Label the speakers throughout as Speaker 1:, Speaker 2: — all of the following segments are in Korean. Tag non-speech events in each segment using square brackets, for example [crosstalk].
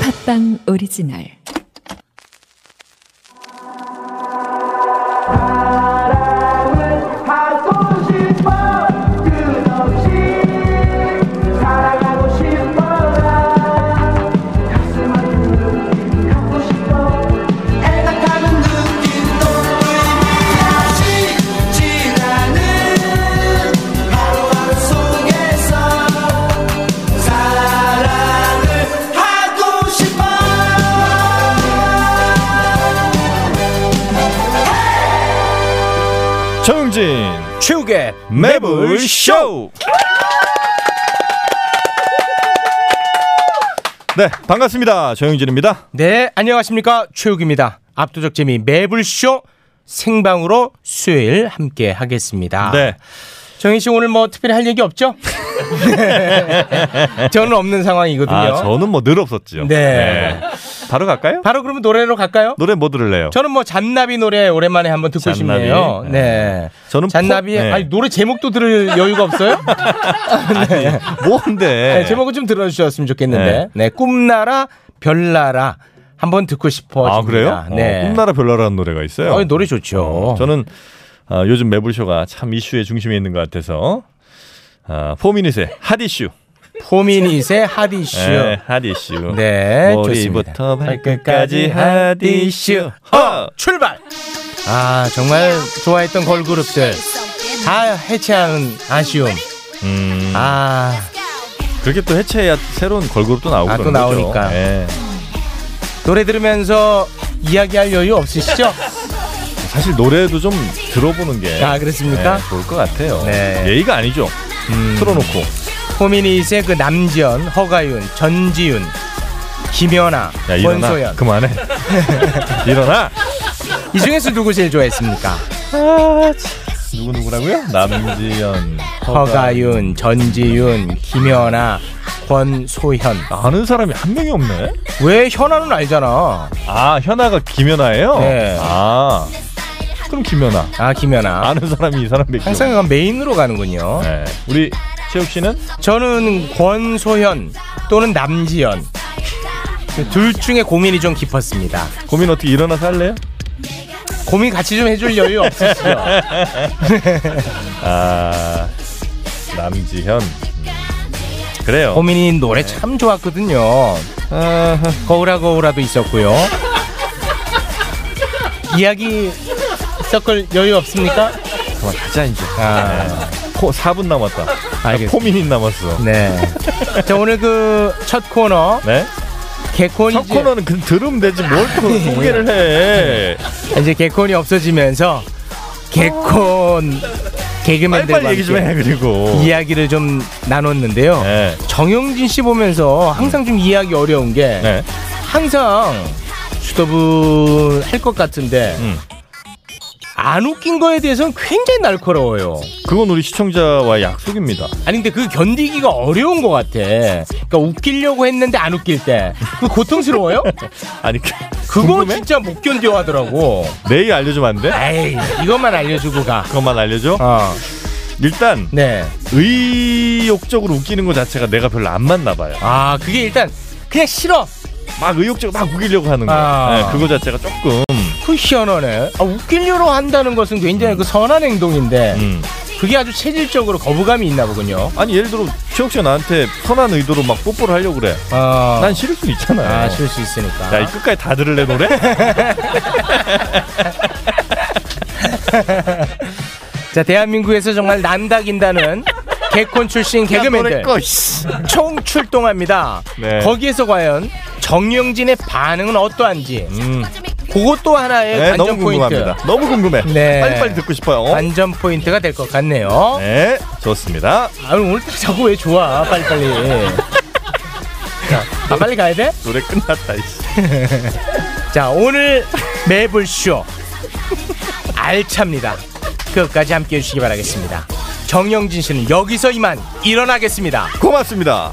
Speaker 1: 팟빵 오리지널
Speaker 2: 사랑을 하고 싶어 끝없이 사랑하고 싶어 나 가슴 아픈 갖고 싶어 애타는 눈빛도 다시 지나는 하루하루 속에서 사랑을 하고 싶어
Speaker 3: 정진
Speaker 4: 최욱의
Speaker 3: 매불 쇼. 네 반갑습니다 정영진입니다.
Speaker 4: 네, 안녕하십니까. 최욱입니다. 압도적 재미 매불쇼 생방으로 수요일 함께 하겠습니다.
Speaker 3: 네
Speaker 4: 정희 씨 오늘 뭐 특별히 할 얘기 없죠? [laughs] 저는 없는 상황이거든요.
Speaker 3: 아 저는 뭐 늘 없었지요.
Speaker 4: 네.
Speaker 3: 바로 갈까요?
Speaker 4: 바로 그러면 노래로 갈까요?
Speaker 3: 노래 뭐 들을래요?
Speaker 4: 저는 뭐 잔나비 노래 오랜만에 한번 듣고
Speaker 3: 잔나비.
Speaker 4: 싶네요. 네.
Speaker 3: 저는
Speaker 4: 잔나비
Speaker 3: 포- 네.
Speaker 4: 아니 노래 제목도 들을 여유가 없어요?
Speaker 3: [laughs] 뭔데?
Speaker 4: [laughs] 네, 제목은 좀 들어주셨으면 좋겠는데.
Speaker 3: 네.
Speaker 4: 네. 꿈나라 별나라 한번 듣고 싶어집니다.
Speaker 3: 아 그래요?
Speaker 4: 네.
Speaker 3: 어, 꿈나라 별나라는 노래가 있어요.
Speaker 4: 어, 노래 좋죠.
Speaker 3: 저는 아, 요즘 매불쇼가 참 이슈의 중심에 있는 것 같아서 아, 포미닛의 핫이슈.
Speaker 4: 포미닛의 핫이슈.
Speaker 3: 네, 핫이슈.
Speaker 4: 네,
Speaker 3: 머리부터
Speaker 4: 좋습니다.
Speaker 3: 발끝까지 핫이슈. 허!
Speaker 4: 출발. 아 정말 좋아했던 걸그룹들 다 해체하는 아쉬움.
Speaker 3: 음,
Speaker 4: 아
Speaker 3: 그렇게 또 해체해야 새로운 걸그룹도 나오고
Speaker 4: 아, 또
Speaker 3: 그런 거죠.
Speaker 4: 나오니까.
Speaker 3: 예.
Speaker 4: 노래 들으면서 이야기할 여유 없으시죠?
Speaker 3: 사실 노래도 좀 들어보는 게
Speaker 4: 아, 그렇습니까?
Speaker 3: 예, 좋을 것 같아요.
Speaker 4: 네. 음.
Speaker 3: 예의가 아니죠. 틀어놓고
Speaker 4: 포미닛의 그 남지연, 허가윤, 전지윤, 김연아,
Speaker 3: 야 일어나
Speaker 4: 권소연 [laughs]
Speaker 3: 그만해 일어나
Speaker 4: 이 중에서 누구 제일 좋아했습니까?
Speaker 3: 누구 누구라고요? 남지연
Speaker 4: 허가윤, 전지윤, 김연아, 권소현.
Speaker 3: 아는 사람이 한 명이 없네.
Speaker 4: 왜 현아는 알잖아.
Speaker 3: 아 현아가 김연아예요.
Speaker 4: 네.
Speaker 3: 아 그럼 김연아
Speaker 4: 아 김연아.
Speaker 3: 아는 사람이 이 사람밖에
Speaker 4: 항상
Speaker 3: 없네.
Speaker 4: 약간 메인으로 가는군요.
Speaker 3: 네. 우리 최욱 씨는
Speaker 4: 저는 권소현 또는 남지연 그둘 중에 고민이 좀 깊었습니다.
Speaker 3: 고민 어떻게 일어나서 할래요?
Speaker 4: 고민 같이 좀 해줄 여유 없으시죠?
Speaker 3: [laughs] 아 남지현 음. 그래요.
Speaker 4: 고민이 노래 참 좋았거든요.
Speaker 3: 아하.
Speaker 4: 거울아 거울아도 있었고요. 이야기 섞을 여유 없습니까?
Speaker 3: 그만 가자 이제.
Speaker 4: 아,
Speaker 3: 포 4분 남았다.
Speaker 4: 알겠습니다.
Speaker 3: 포민이 남았어.
Speaker 4: 네. 자 오늘 그 첫 코너
Speaker 3: 네? 첫
Speaker 4: 개콘이 제
Speaker 3: 코너는 그냥 들으면 되지 뭘 또
Speaker 4: [laughs]
Speaker 3: 소개를 해.
Speaker 4: 이제 개콘이 없어지면서 개콘 개그맨들과
Speaker 3: 빨리빨리 얘기 좀
Speaker 4: 함께
Speaker 3: 해 그리고.
Speaker 4: 이야기를 좀 나눴는데요.
Speaker 3: 네.
Speaker 4: 정영진 씨 보면서 항상 좀 이해하기 어려운 게
Speaker 3: 네.
Speaker 4: 항상 수더분 할 것 같은데
Speaker 3: 음.
Speaker 4: 안 웃긴 거에 대해서는 굉장히 날카로워요.
Speaker 3: 그건 우리 시청자와의 약속입니다.
Speaker 4: 아니 근데 그 견디기가 어려운 것 같아. 그러니까 웃기려고 했는데 안 웃길 때 그
Speaker 3: [laughs]
Speaker 4: 고통스러워요?
Speaker 3: 아니
Speaker 4: 그거
Speaker 3: 궁금해?
Speaker 4: 진짜 못 견뎌하더라고.
Speaker 3: 내일 알려주면 안 돼?
Speaker 4: 에이 이것만 알려주고 가.
Speaker 3: 그것만 알려줘.
Speaker 4: 어,
Speaker 3: 일단
Speaker 4: 네.
Speaker 3: 의욕적으로 웃기는 것 자체가 내가 별로 안 맞나 봐요.
Speaker 4: 아 그게 일단 그냥 싫어.
Speaker 3: 막 의욕적으로 막 우기려고 하는 거.
Speaker 4: 아.
Speaker 3: 네, 그거 자체가 조금
Speaker 4: 그 희한하네. 아, 웃기려고 한다는 것은 굉장히 그 선한 행동인데
Speaker 3: 음.
Speaker 4: 그게 아주 체질적으로 거부감이 있나 보군요.
Speaker 3: 아니 예를 들어 최욱 씨가 나한테 선한 의도로 막 뽀뽀를 하려고 그래.
Speaker 4: 아,
Speaker 3: 난 싫을 수 있잖아요.
Speaker 4: 아, 쉴 수 있으니까.
Speaker 3: 야, 이 끝까지 다 들을래 노래?
Speaker 4: 자, 대한민국에서 정말 난다긴다는 [laughs] 개콘 출신 개그맨들 총 출동합니다.
Speaker 3: 네.
Speaker 4: 거기에서 과연 정영진의 반응은 어떠한지
Speaker 3: 음.
Speaker 4: 그것도 하나의
Speaker 3: 네,
Speaker 4: 관전
Speaker 3: 너무
Speaker 4: 포인트.
Speaker 3: 궁금합니다. 너무 궁금해.
Speaker 4: 네.
Speaker 3: 빨리빨리 듣고 싶어요.
Speaker 4: 관전 포인트가 될 것 같네요.
Speaker 3: 네, 좋습니다.
Speaker 4: 아, 오늘 자꾸 왜 좋아? 빨리빨리. 자, 아, 빨리 가야 돼?
Speaker 3: 노래 끝났다. 이씨.
Speaker 4: 자 오늘 매불쇼 알찹니다 끝까지 함께해 주시기 바라겠습니다 정영진 씨는 여기서 이만 일어나겠습니다
Speaker 3: 고맙습니다.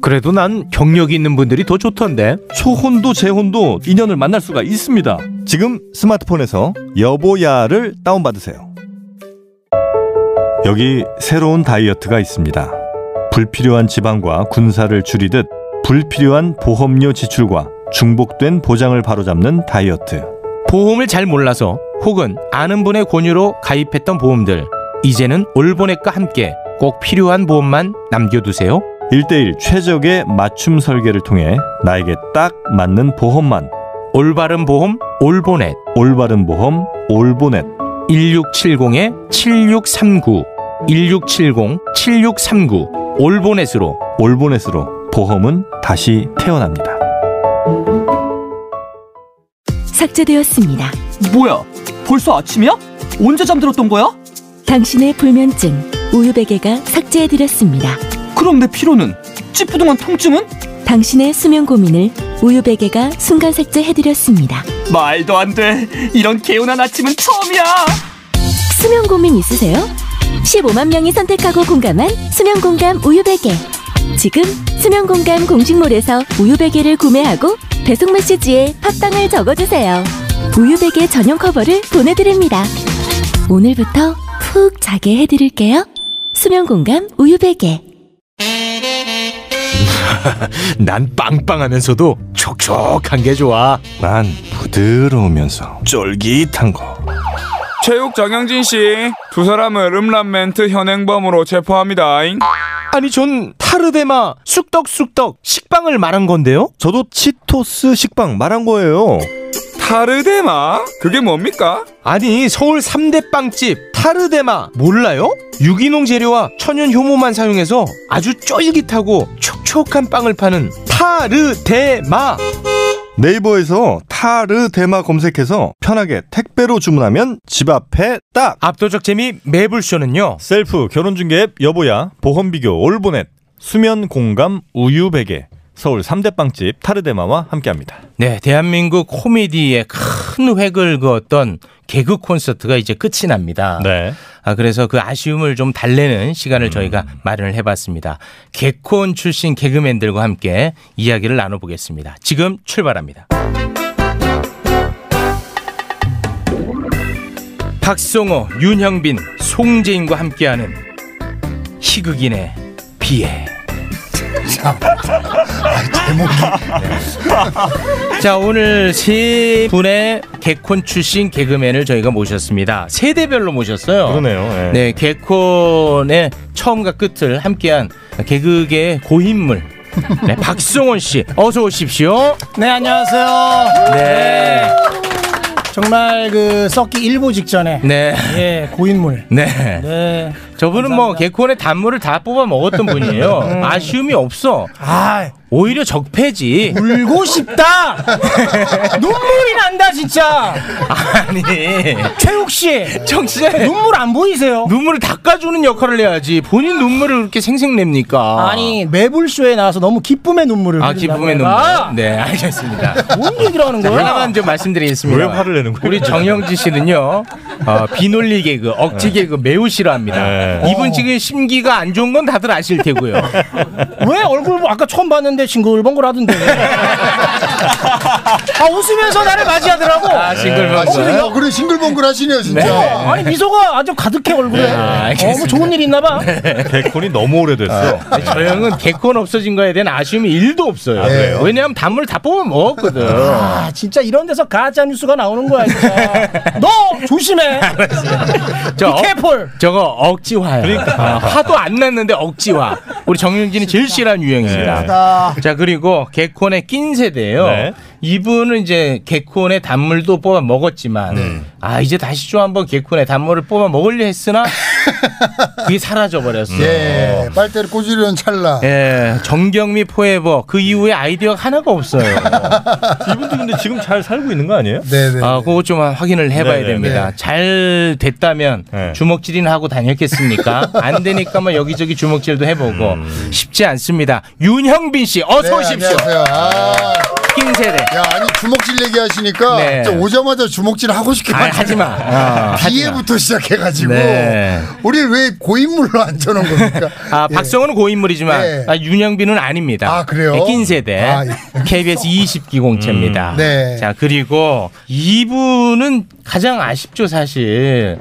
Speaker 4: 그래도 난 경력이 있는 분들이 더 좋던데
Speaker 3: 초혼도 재혼도 인연을 만날 수가 있습니다. 지금 스마트폰에서 여보야를 다운받으세요. 여기 새로운 다이어트가 있습니다. 불필요한 지방과 군사를 줄이듯 불필요한 보험료 지출과 중복된 보장을 바로잡는 다이어트.
Speaker 4: 보험을 잘 몰라서 혹은 아는 분의 권유로 가입했던 보험들 이제는 올보넷과 함께 꼭 필요한 보험만 남겨두세요
Speaker 3: 1대1 최적의 맞춤 설계를 통해 나에게 딱 맞는 보험만
Speaker 4: 올바른 보험 올보넷
Speaker 3: 올바른 보험 올보넷
Speaker 4: 1670-7639 1670-7639 올보넷으로
Speaker 3: 올보넷으로 보험은 다시 태어납니다.
Speaker 1: 삭제되었습니다.
Speaker 5: 뭐야? 벌써 아침이야? 언제 잠들었던 거야?
Speaker 1: 당신의 불면증 우유베개가 삭제해드렸습니다.
Speaker 5: 그럼 내 피로는? 찌뿌둥한 통증은?
Speaker 1: 당신의 수면 고민을 우유베개가 순간 삭제해드렸습니다.
Speaker 5: 말도 안 돼. 이런 개운한 아침은 처음이야.
Speaker 1: 수면 고민 있으세요? 15만 명이 선택하고 공감한 수면 공감 우유베개. 지금 수면 공감 공식몰에서 우유베개를 구매하고 배송 메시지에 팟빵을 적어주세요. 우유베개 전용 커버를 보내드립니다. 오늘부터 푹 자게 해드릴게요. 수면 공감 우유베개.
Speaker 4: 난 빵빵하면서도 촉촉한 게 좋아
Speaker 3: 난 부드러우면서 쫄깃한 거.
Speaker 6: 체육 정영진 씨, 두 사람을 음란멘트 현행범으로 체포합니다.
Speaker 4: 아니 전 타르데마 쑥떡쑥떡 식빵을 말한 건데요
Speaker 3: 저도 치토스 식빵 말한 거예요.
Speaker 6: 타르데마? 그게 뭡니까?
Speaker 4: 아니 서울 3대 빵집 타르데마 몰라요? 유기농 재료와 천연 효모만 사용해서 아주 쫄깃하고 촉촉한 빵을 파는 타르데마
Speaker 3: 네이버에서 타르 대마 검색해서 편하게 택배로 주문하면 집 앞에 딱.
Speaker 4: 압도적 재미 매불쇼는요
Speaker 3: 셀프 결혼 중개 앱 여보야 보험 비교 올보넷 수면 공감 우유 베개 서울 3대 빵집 타르데마와 함께합니다.
Speaker 4: 네 대한민국 코미디의 큰 획을 그었던 개그 콘서트가 이제 끝이 납니다
Speaker 3: 네.
Speaker 4: 아, 그래서 그 아쉬움을 좀 달래는
Speaker 3: 음.
Speaker 4: 시간을 저희가 마련을 해봤습니다 개콘 출신 개그맨들과 함께 이야기를 나눠보겠습니다 지금 출발합니다 박성호, 윤형빈, 송재인과 함께하는 희극인의 비애. 네. [laughs] 자 오늘 세 분의 개콘 출신 개그맨을 저희가 모셨습니다. 세대별로 모셨어요.
Speaker 3: 그러네요. 예.
Speaker 4: 네, 개콘의 처음과 끝을 함께한 개그계의 고인물. 네, [laughs] 박성원 씨, 어서 오십시오.
Speaker 7: 네 안녕하세요.
Speaker 4: 네,
Speaker 7: 정말 그 썩기 일보 직전에
Speaker 4: 네,
Speaker 7: 예 고인물.
Speaker 4: 네.
Speaker 7: 네.
Speaker 4: 저분은 뭐 개콘의 단물을 다 뽑아 먹었던
Speaker 7: [laughs]
Speaker 4: 분이에요. 아쉬움이 없어.
Speaker 7: 음. 아
Speaker 4: 오히려 적폐지.
Speaker 7: 울고 싶다. 눈물이 난다 진짜.
Speaker 4: [laughs] 아니,
Speaker 7: 최욱 씨
Speaker 4: 정치자
Speaker 7: 눈물 안 보이세요?
Speaker 4: 눈물을 닦아주는 역할을 해야지. 본인 눈물을 그렇게 생색냅니까?
Speaker 7: 아니 매불쇼에 나와서 너무 기쁨의 눈물을.
Speaker 4: 아
Speaker 7: 흘린다고
Speaker 4: 기쁨의 눈물.
Speaker 7: 내가?
Speaker 4: 네, 알겠습니다.
Speaker 7: [laughs] 뭔 얘기를 하는
Speaker 4: 자,
Speaker 7: 거야?
Speaker 4: 하나만 좀 말씀드리겠습니다.
Speaker 3: 왜 화를 내는 거예요?
Speaker 4: 우리 정영지 씨는요, 어, 비논리 개그, 억지 개그 매우 싫어합니다.
Speaker 3: 네.
Speaker 4: 이분 지금 심기가 안 좋은 건 다들 아실 테고요.
Speaker 7: 왜 얼굴 뭐 아까 처음 봤는데
Speaker 4: [laughs]
Speaker 7: 징글벙글하던데? 아 웃으면서 나를 맞이하더라고.
Speaker 4: 아, 싱글벙글.
Speaker 8: 어, 그래 싱글벙글 하시네요 진짜.
Speaker 7: 어, 아니 미소가 아주 가득해 얼굴에.
Speaker 4: 네, 알겠습니다. 네.
Speaker 7: 어, 뭐 좋은 일 있나봐.
Speaker 3: 개콘이 너무 오래됐어.
Speaker 4: 아니, 저 형은 개콘 없어진 거에 대한 아쉬움이 일도 없어요.
Speaker 8: 그래요?
Speaker 4: 왜냐하면 단물 다 뽑아 먹었거든.
Speaker 7: 아 진짜 이런 데서 가짜 뉴스가 나오는
Speaker 4: [laughs]
Speaker 7: 거야 진짜. 너 조심해. 그
Speaker 4: 저,
Speaker 7: 이 캐폴.
Speaker 4: 저거 억지화야. 아, 화도 안 났는데 억지화. 우리 정윤진이 제일 싫어하는 유형입니다. 자 그리고 개콘의 낀 세대예요.
Speaker 3: 네.
Speaker 4: 이분은 이제 개콘의 단물도 뽑아 먹었지만 아 이제 다시 좀 한번 개콘의 단물을 뽑아 먹으려 했으나 그게 사라져 버렸어.
Speaker 8: 예, 빨대를 꽂으려는 찰나.
Speaker 4: 예, 정경미 포에버 그 이후에 아이디어가 하나가 없어요.
Speaker 3: 이분도 근데 지금 잘 살고 있는 거 아니에요?
Speaker 8: 네네.
Speaker 4: 아, 그거 좀 확인을 해봐야
Speaker 3: 네네.
Speaker 4: 됩니다.
Speaker 8: 네.
Speaker 4: 잘 됐다면
Speaker 3: 네.
Speaker 4: 주먹질이나 하고 다녔겠습니까? 안 되니까 뭐 여기저기 주먹질도 해보고
Speaker 3: 음.
Speaker 4: 쉽지 않습니다. 윤형빈 씨 어서
Speaker 8: 네,
Speaker 4: 오십시오.
Speaker 8: 안녕하세요. 아,
Speaker 4: 흰 세대.
Speaker 8: 야, 아니 주먹질 얘기하시니까
Speaker 4: 네.
Speaker 8: 진짜 오자마자 주먹질 하고 싶게
Speaker 4: 아, 하지마. 어, 하지마.
Speaker 8: 비애부터 시작해가지고
Speaker 4: 네.
Speaker 8: 우리 왜 고인물로 앉혀놓은 겁니까?
Speaker 4: [laughs] 아,
Speaker 8: 예.
Speaker 4: 박성훈은 고인물이지만
Speaker 8: 네.
Speaker 4: 아, 윤영빈은 아닙니다.
Speaker 8: 아, 그래요?
Speaker 4: 네, 낀 세대.
Speaker 8: 아, 예.
Speaker 4: KBS 20기 공채입니다.
Speaker 8: 네.
Speaker 4: 자, 그리고 이분은 가장 아쉽죠, 사실.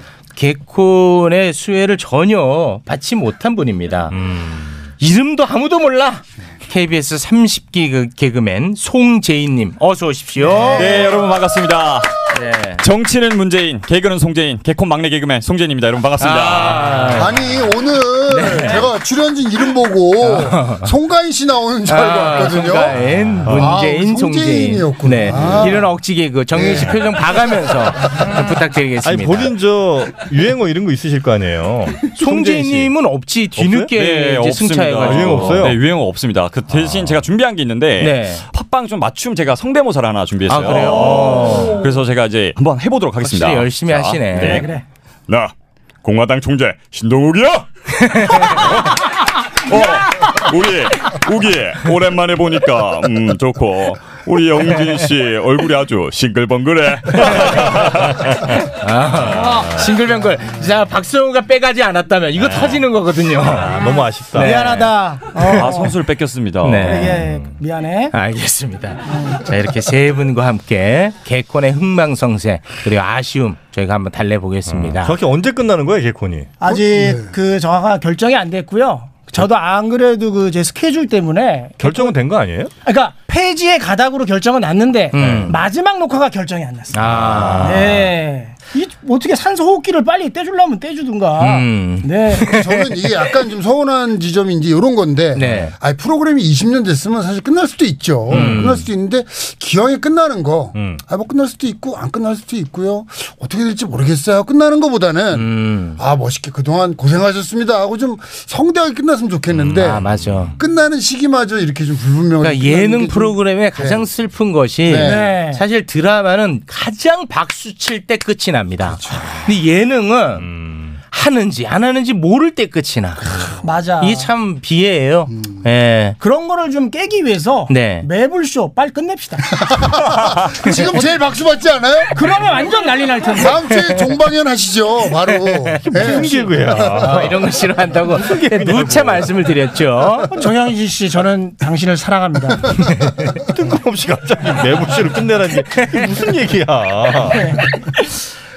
Speaker 4: 개콘의 수혜를 전혀 받지 못한 분입니다.
Speaker 8: 음.
Speaker 4: 이름도 아무도 몰라. KBS 30기 개그맨 송재인님 어서 오십시오.
Speaker 9: 네, 여러분 반갑습니다.
Speaker 4: 네.
Speaker 9: 정치는 문재인, 개그는 송재인, 개콘 막내 개그맨 송재인입니다. 여러분 반갑습니다.
Speaker 10: 네.
Speaker 4: 아,
Speaker 8: 예. 아니 오늘
Speaker 4: 네.
Speaker 8: 제가 출연진 이름 보고 송가인 씨 나오는 줄 알고 왔거든요.
Speaker 4: 어. 아, 송가인, 문재인,
Speaker 8: 아,
Speaker 4: 송재인.
Speaker 8: 송재인이었구나.
Speaker 4: 네.
Speaker 8: 아.
Speaker 4: 이런 억지 개그 정민 씨 표정 봐가면서 좀 부탁드리겠습니다.
Speaker 3: 아니 본인 저 유행어 이런 거 있으실 거 아니에요? 송재인 씨.
Speaker 4: 송재인님은 없지 뒤늦게
Speaker 10: 네,
Speaker 4: 이제 승차해가지고
Speaker 3: 유행
Speaker 10: 예,
Speaker 3: 없어요? 아.
Speaker 9: 네, 유행 없습니다. 그 대신 제가 준비한 게 있는데
Speaker 4: 네.
Speaker 9: 팟빵 좀 맞춤 제가 성대모사를 하나 준비했어요.
Speaker 4: 아, 그래요? 오.
Speaker 9: 그래서 제가 이제 한번 해보도록 하겠습니다.
Speaker 4: 확실히 열심히 하시네. 그래, 그래.
Speaker 9: 나 공화당 총재
Speaker 4: [laughs]
Speaker 9: 신동욱이야. 어, 우리 우기 오랜만에 보니까 음 좋고 우리 영진 씨 얼굴이 아주
Speaker 4: [laughs]
Speaker 9: 싱글벙글해.
Speaker 4: 싱글벙글. 자 박성우가 빼가지 않았다면 이거 터지는 거거든요.
Speaker 3: 아, 너무 아쉽다.
Speaker 7: 네. 미안하다.
Speaker 4: 네.
Speaker 7: 어.
Speaker 9: 아 선수를 뺏겼습니다.
Speaker 7: 예, 미안해.
Speaker 4: 어? 알겠습니다. 네. 자 이렇게 세 분과 함께 개콘의 흥망성쇠 그리고 아쉬움 저희가 한번 달래보겠습니다.
Speaker 3: 정확히 언제 끝나는 거예요 개콘이?
Speaker 7: 아직 그 정확한 결정이 안 됐고요. 저도 안 그래도 그 제 스케줄 때문에
Speaker 3: 결정은 된 거 아니에요?
Speaker 7: 그러니까 폐지의 가닥으로 결정은 났는데 마지막 녹화가 결정이 안 났어요.
Speaker 4: 음. 아.
Speaker 7: 네. 이 어떻게 산소 호흡기를 빨리 떼주려면 떼주든가.
Speaker 4: 음. [laughs]
Speaker 7: 네.
Speaker 8: 저는 이게 약간 좀 서운한 지점인지 이런 건데
Speaker 4: 네.
Speaker 8: 아니 프로그램이 20년 됐으면 사실 끝날 수도 있죠.
Speaker 4: 음.
Speaker 8: 끝날 수도 있는데 기왕에 끝나는 거. 아 뭐 끝날 수도 있고 안 끝날 수도 있고요. 어떻게 될지 모르겠어요. 끝나는 거보다는
Speaker 4: 음.
Speaker 8: 아 멋있게 그동안 고생하셨습니다 하고 좀 성대하게 끝났으면 좋겠는데
Speaker 4: 아 맞아.
Speaker 8: 끝나는 시기마저 이렇게 좀 불분명하게
Speaker 4: 그러니까
Speaker 8: 끝나는 게
Speaker 4: 예능
Speaker 8: 좀-
Speaker 4: 프로그램의 가장 슬픈 것이
Speaker 8: 네.
Speaker 7: 네.
Speaker 4: 사실 드라마는 가장 박수 칠 때 끝이 납니다. 근데 예능은 하는지 안 하는지 모를 때 끝이 나.
Speaker 7: 맞아.
Speaker 4: 이게 참 비애예요. 예.
Speaker 7: 그런 거를 좀 깨기 위해서
Speaker 4: 네.
Speaker 7: 매불쇼 빨리 끝냅시다.
Speaker 8: [laughs] 지금 제일 박수 받지 않아요?
Speaker 7: 그러면 완전 난리
Speaker 4: [laughs]
Speaker 7: 날 텐데.
Speaker 8: 다음 주에 종방연 하시죠. 바로
Speaker 3: 무슨
Speaker 8: 예.
Speaker 3: 개그야?
Speaker 4: 아, 이런 거 싫어한다고 네, 누차 말씀을 드렸죠.
Speaker 7: 정영진 씨, 저는 당신을 사랑합니다.
Speaker 3: 뜬금없이 갑자기 내부시로 끝내라니 이게 무슨 얘기야?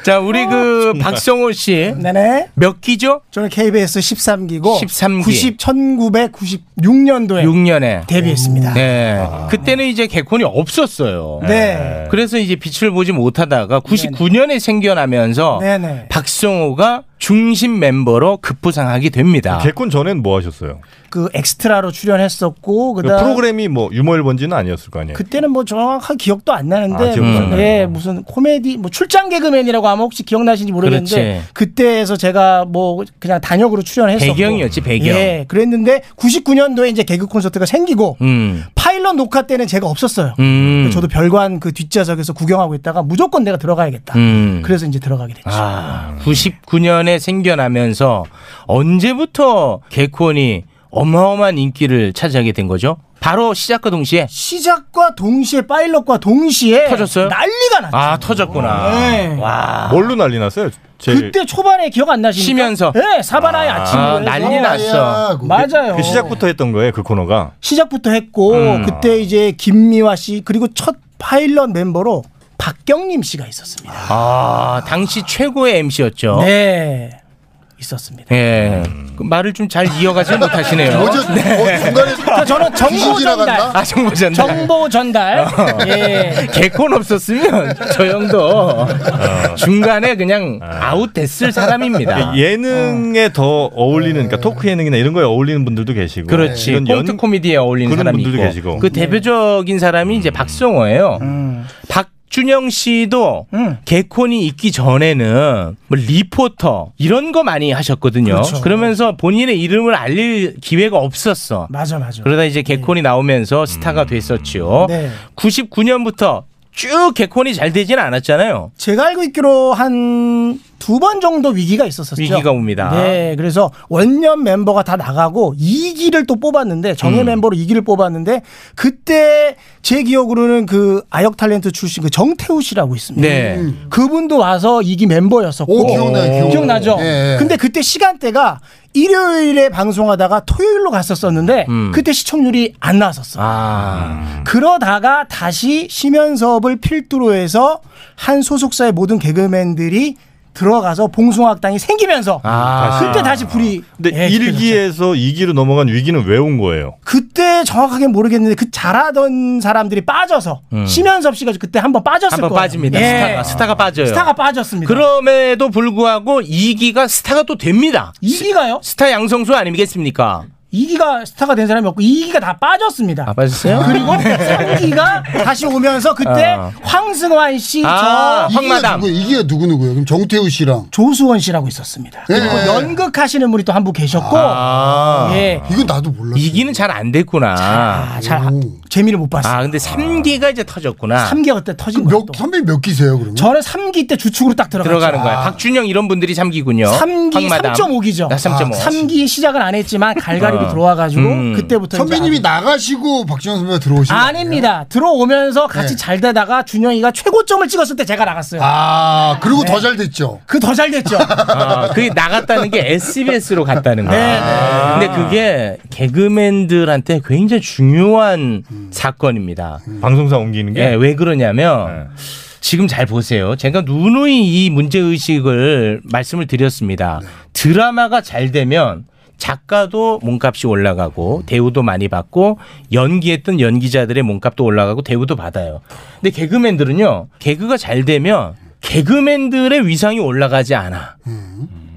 Speaker 4: 자, 우리 그 박성호 씨.
Speaker 7: 네네.
Speaker 4: 몇 기죠?
Speaker 7: 저는 KBS 13기고
Speaker 4: 13기.
Speaker 7: 90, 1996년도에
Speaker 4: 6년에.
Speaker 7: 데뷔했습니다. 네.
Speaker 4: 네. 그때는 이제 개콘이 없었어요.
Speaker 7: 네.
Speaker 4: 그래서 이제 빛을 보지 못하다가 99년에 생겨나면서
Speaker 7: 네네.
Speaker 4: 박성호가 중심 멤버로 급부상하게 됩니다.
Speaker 3: 개콘 전엔 뭐 하셨어요?
Speaker 7: 그 엑스트라로 출연했었고
Speaker 3: 그러니까
Speaker 7: 그다음
Speaker 3: 프로그램이 뭐 유머일번지는 아니었을 거 아니에요?
Speaker 7: 그때는 뭐 정확한 기억도 안
Speaker 3: 아,
Speaker 7: 나는데
Speaker 3: 기억도 안
Speaker 7: 무슨,
Speaker 3: 나요.
Speaker 7: 예, 무슨 코미디 뭐 출장 개그맨이라고 아마 혹시 기억나시는지 모르겠는데
Speaker 4: 그렇지.
Speaker 7: 그때에서 제가 뭐 그냥 단역으로 출연했었고
Speaker 4: 배경이었지, 배경.
Speaker 7: 예, 그랬는데 99년도에 이제 개그 콘서트가 생기고
Speaker 4: 음.
Speaker 7: 파일럿 녹화 때는 제가 없었어요.
Speaker 4: 음.
Speaker 7: 저도 별관 그 뒷좌석에서 구경하고 있다가 무조건 내가 들어가야겠다.
Speaker 4: 음.
Speaker 7: 그래서 이제 들어가게 됐죠.
Speaker 4: 아, 99년에 생겨나면서 언제부터 개콘이 어마어마한 인기를 차지하게 된 거죠? 바로 시작과 동시에
Speaker 7: 시작과 동시에 파일럿과 동시에
Speaker 4: 터졌어요?
Speaker 7: 난리가 났죠.
Speaker 4: 아 터졌구나.
Speaker 7: 네.
Speaker 4: 와.
Speaker 3: 뭘로 난리 났어요? 제일
Speaker 7: 그때 초반에 기억 안
Speaker 4: 네.
Speaker 7: 나십니까?
Speaker 4: 쉬면서.
Speaker 7: 네, 사바나의 아, 침으로
Speaker 4: 아, 난리 났어.
Speaker 8: 아야, 그거.
Speaker 7: 맞아요.
Speaker 3: 그 시작부터 했던 거예요 그 코너가?
Speaker 7: 시작부터 했고
Speaker 4: 음.
Speaker 7: 그때 이제 김미화 씨 그리고 첫 파일럿 멤버로 박경림 씨가 있었습니다.
Speaker 4: 아, 당시 최고의 MC였죠.
Speaker 7: 네. 있었습니다.
Speaker 4: 예. 그 말을 좀 잘 이어가지
Speaker 8: [laughs]
Speaker 4: 못하시네요. 네.
Speaker 8: 어제 어, 중간에
Speaker 7: 저는 정보 전달,
Speaker 4: 아 정보 전달.
Speaker 7: 정보
Speaker 4: 어.
Speaker 7: 전달. 예.
Speaker 4: [laughs] 개콘 없었으면 저
Speaker 3: 어.
Speaker 4: 형도 중간에 그냥 아웃됐을 사람입니다.
Speaker 3: [laughs] 예능에 더 어울리는 그러니까 토크 예능이나 이런 거에 어울리는 분들도 계시고
Speaker 4: 그렇지.
Speaker 3: 이런
Speaker 4: 예. 꽁트 코미디에 어울리는
Speaker 3: 그런
Speaker 4: 사람이
Speaker 3: 분들도
Speaker 4: 있고.
Speaker 3: 계시고. 예. 음.
Speaker 4: 그 대표적인 사람이 이제 박성호예요.
Speaker 7: 음.
Speaker 4: 박준영 씨도 개콘이 있기 전에는 뭐 리포터 이런 거 많이 하셨거든요.
Speaker 7: 그렇죠.
Speaker 4: 그러면서 본인의 이름을 알릴 기회가 없었어.
Speaker 7: 맞아, 맞아.
Speaker 4: 그러다 이제 개콘이 나오면서
Speaker 3: 음.
Speaker 4: 스타가 됐었지요.
Speaker 7: 네.
Speaker 4: 99년부터 쭉 개콘이 잘 되지는 않았잖아요.
Speaker 7: 제가 알고 있기로 한 두 번 정도 위기가 있었었죠.
Speaker 4: 위기가 옵니다.
Speaker 7: 네, 그래서 원년 멤버가 다 나가고 2기를 또 뽑았는데 정예
Speaker 4: 음.
Speaker 7: 멤버로 2기를 뽑았는데 그때 제 기억으로는 그 아역 탤런트 출신 그 정태우 씨라고 있습니다.
Speaker 4: 네.
Speaker 7: 그분도 와서 2기 멤버였었고.
Speaker 8: 오, 기억나요, 기억나요.
Speaker 7: 기억나죠?
Speaker 8: 예, 예.
Speaker 7: 근데 그때 시간대가 일요일에 방송하다가 토요일로 갔었었는데
Speaker 4: 음.
Speaker 7: 그때 시청률이 안 나왔었어. 음.
Speaker 4: 아,
Speaker 7: 그러다가 다시 심연섭을 필두로 해서 한 소속사의 모든 개그맨들이 들어가서 봉숭아학당이 생기면서
Speaker 4: 아.
Speaker 7: 그때 다시 불이
Speaker 3: 근데
Speaker 7: 예,
Speaker 3: 일
Speaker 7: 그렇죠.
Speaker 3: 1기에서 이 2기로 넘어간 위기는 왜 온 거예요?
Speaker 7: 그때 정확하게 모르겠는데 그 잘하던 사람들이 빠져서 심연섭 씨가 그때 한번 빠졌을
Speaker 4: 음. 한번
Speaker 7: 거예요.
Speaker 4: 빠집니다.
Speaker 7: 예.
Speaker 4: 스타가, 스타가 빠져요.
Speaker 7: 스타가 빠졌습니다.
Speaker 4: 그럼에도 불구하고 이기가 스타가 또 됩니다.
Speaker 7: 이기가요?
Speaker 4: 스타 양성수 아니겠습니까?
Speaker 7: 이기가 스타가 된 사람이 없고 이기가 다 빠졌습니다.
Speaker 4: 아,
Speaker 7: 네?
Speaker 4: 빠졌어요?
Speaker 7: 그리고
Speaker 4: 네.
Speaker 7: 3기가 다시 오면서 그때
Speaker 4: 아.
Speaker 7: 황승환 씨,
Speaker 4: 아,
Speaker 7: 저
Speaker 4: 황마담.
Speaker 8: 이게 누구 이게 누구 누구예요? 그럼 정태우 씨랑
Speaker 7: 조수원 씨라고 있었습니다.
Speaker 4: 네.
Speaker 8: 예.
Speaker 7: 그리고 연극하시는 분이 또 한 분 계셨고
Speaker 4: 아,
Speaker 7: 예.
Speaker 8: 이건 나도 어. 몰랐어.
Speaker 4: 이기는 잘 안 됐구나.
Speaker 7: 아, 잘 아- 재미를 못 봤어요.
Speaker 4: 아, 근데 3기가 이제 터졌구나.
Speaker 7: 3개월 때 터진 거예요.
Speaker 8: 몇
Speaker 7: 또.
Speaker 8: 선배 몇 기세요 그러면?
Speaker 7: 저는 3기 때 주축으로 딱 들어갔죠.
Speaker 4: 들어가는 거야. 박준영 이런 분들이 3기군요.
Speaker 7: 3기 3.5기죠. 아,
Speaker 4: 나 3.5.
Speaker 7: 3기 시작은 안 했지만 갈갈이로
Speaker 4: 어.
Speaker 7: 들어와가지고
Speaker 4: 음.
Speaker 7: 그때부터 이제
Speaker 8: 선배님이 나가시고 박지원 선배가 들어오신 거
Speaker 7: 아닙니다. 들어오면서 같이
Speaker 8: 네.
Speaker 7: 잘 되다가 준영이가 최고점을 찍었을 때 제가 나갔어요.
Speaker 8: 아 그리고
Speaker 4: 네.
Speaker 8: 더 잘 됐죠.
Speaker 7: 그 더 잘 됐죠.
Speaker 4: 아, 그게 나갔다는 게 SBS로 갔다는 거야.
Speaker 7: 네,
Speaker 4: 근데 그게 개그맨들한테 굉장히 중요한
Speaker 7: 음.
Speaker 4: 사건입니다.
Speaker 3: 방송사 옮기는 게 네.
Speaker 4: 예, 왜 그러냐면 지금 잘 보세요. 제가 누누이 이 문제 의식을 말씀을 드렸습니다.
Speaker 3: 네.
Speaker 4: 드라마가 잘 되면 작가도 몸값이 올라가고
Speaker 3: 음.
Speaker 4: 대우도 많이 받고 연기했던 연기자들의 몸값도 올라가고 대우도 받아요. 근데 개그맨들은요. 개그가 잘 되면 개그맨들의 위상이 올라가지 않아.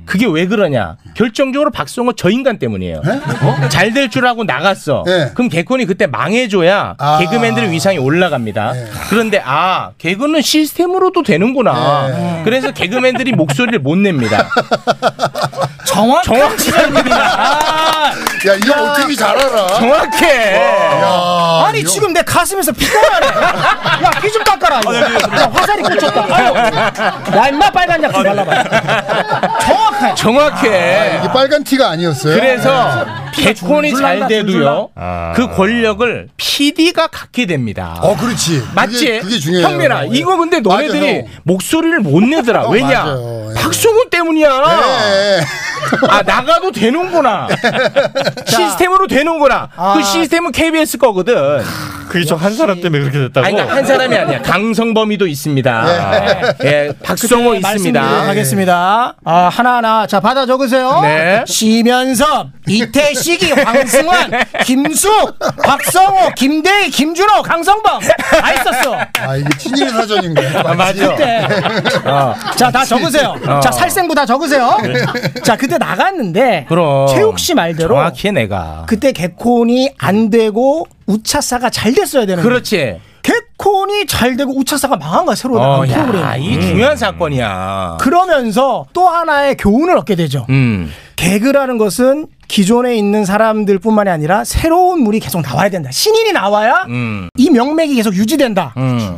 Speaker 4: 그게 왜 그러냐? 결정적으로 박성호 저 인간 때문이에요. 어? 잘 될 줄 알고 나갔어.
Speaker 8: 네.
Speaker 4: 그럼 개콘이 그때 망해줘야
Speaker 8: 아. 네.
Speaker 4: 개그맨들의 위상이 올라갑니다. 그런데 아 개그는 시스템으로도 되는구나.
Speaker 8: 네.
Speaker 4: 그래서 개그맨들이 목소리를 못 냅니다.
Speaker 7: 정확
Speaker 4: 정확 지적입니다. 아,
Speaker 8: 야 이거 어떻게 잘 알아?
Speaker 4: 정확해.
Speaker 8: 야,
Speaker 7: 아니
Speaker 8: 이거-
Speaker 7: 지금 내 가슴에서 피가 나네. 야 피 좀 닦아라. 이거. 야 화살이 꽂혔다. 아유. 야 임마 빨간 약좀 발라봐. 정확해.
Speaker 4: 정확해.
Speaker 8: 아, 이게 뭐 빨간 티가 아니었어요.
Speaker 4: 그래서 개콘이
Speaker 7: 줄줄난다,
Speaker 4: 잘 돼도요.
Speaker 7: 줄줄나.
Speaker 4: 그 권력을 PD가 갖게 됩니다.
Speaker 8: 어 그렇지. 그게-
Speaker 4: 맞지?
Speaker 8: 그게, 중요해요. 예. 어,
Speaker 4: 형민아, 이거 근데
Speaker 8: 맞아,
Speaker 4: 너네들이
Speaker 8: 형.
Speaker 4: 목소리를 못 내더라.
Speaker 8: [laughs] 어,
Speaker 4: 왜냐?
Speaker 8: 맞아요. 예.
Speaker 4: 박성훈 때문이야.
Speaker 8: 예.
Speaker 4: 아, 나가도
Speaker 8: [laughs]
Speaker 4: 되는구나. 시스템으로 되는구나.
Speaker 8: 아.
Speaker 4: 그 시스템은 KBS 거거든.
Speaker 3: 그게 저 한 사람 때문에 그렇게 됐다고.
Speaker 4: 아니, 그러니까 한 사람이 아니야. 강성범이도 있습니다. 예, 박성호 있습니다.
Speaker 7: 네, 하겠습니다. 아, 하나하나. 자, 받아 적으세요.
Speaker 4: 네.
Speaker 7: 심연섭, 이태식이,
Speaker 4: [laughs]
Speaker 7: 황승환, 김수, 박성호, 김대희, 김준호, 강성범. 다 있었어.
Speaker 8: 아 이게 친일 사전인 거야. 맞아.
Speaker 7: 그때.
Speaker 4: 아,
Speaker 7: 자, 다 적으세요.
Speaker 4: 어.
Speaker 7: 자, 살생부 다 적으세요. 자, 그때 나갔는데.
Speaker 4: 네. 그럼.
Speaker 7: 최욱 씨 말대로.
Speaker 4: 정확해, 내가.
Speaker 7: 그때 개콘이 안 되고 우차사가 잘 됐어야 되는 거예요.
Speaker 4: 그렇지.
Speaker 7: 개콘이 잘 되고 우차사가 망한 거야, 새로
Speaker 4: 어,
Speaker 7: 나온
Speaker 4: 야,
Speaker 7: 프로그램.
Speaker 4: 이 음. 중요한 사건이야.
Speaker 7: 그러면서 또 하나의 교훈을 얻게 되죠.
Speaker 4: 음.
Speaker 7: 개그라는 것은 기존에 있는 사람들 뿐만이 아니라 새로운 물이 계속 나와야 된다. 신인이 나와야
Speaker 4: 음.
Speaker 7: 이 명맥이 계속 유지된다.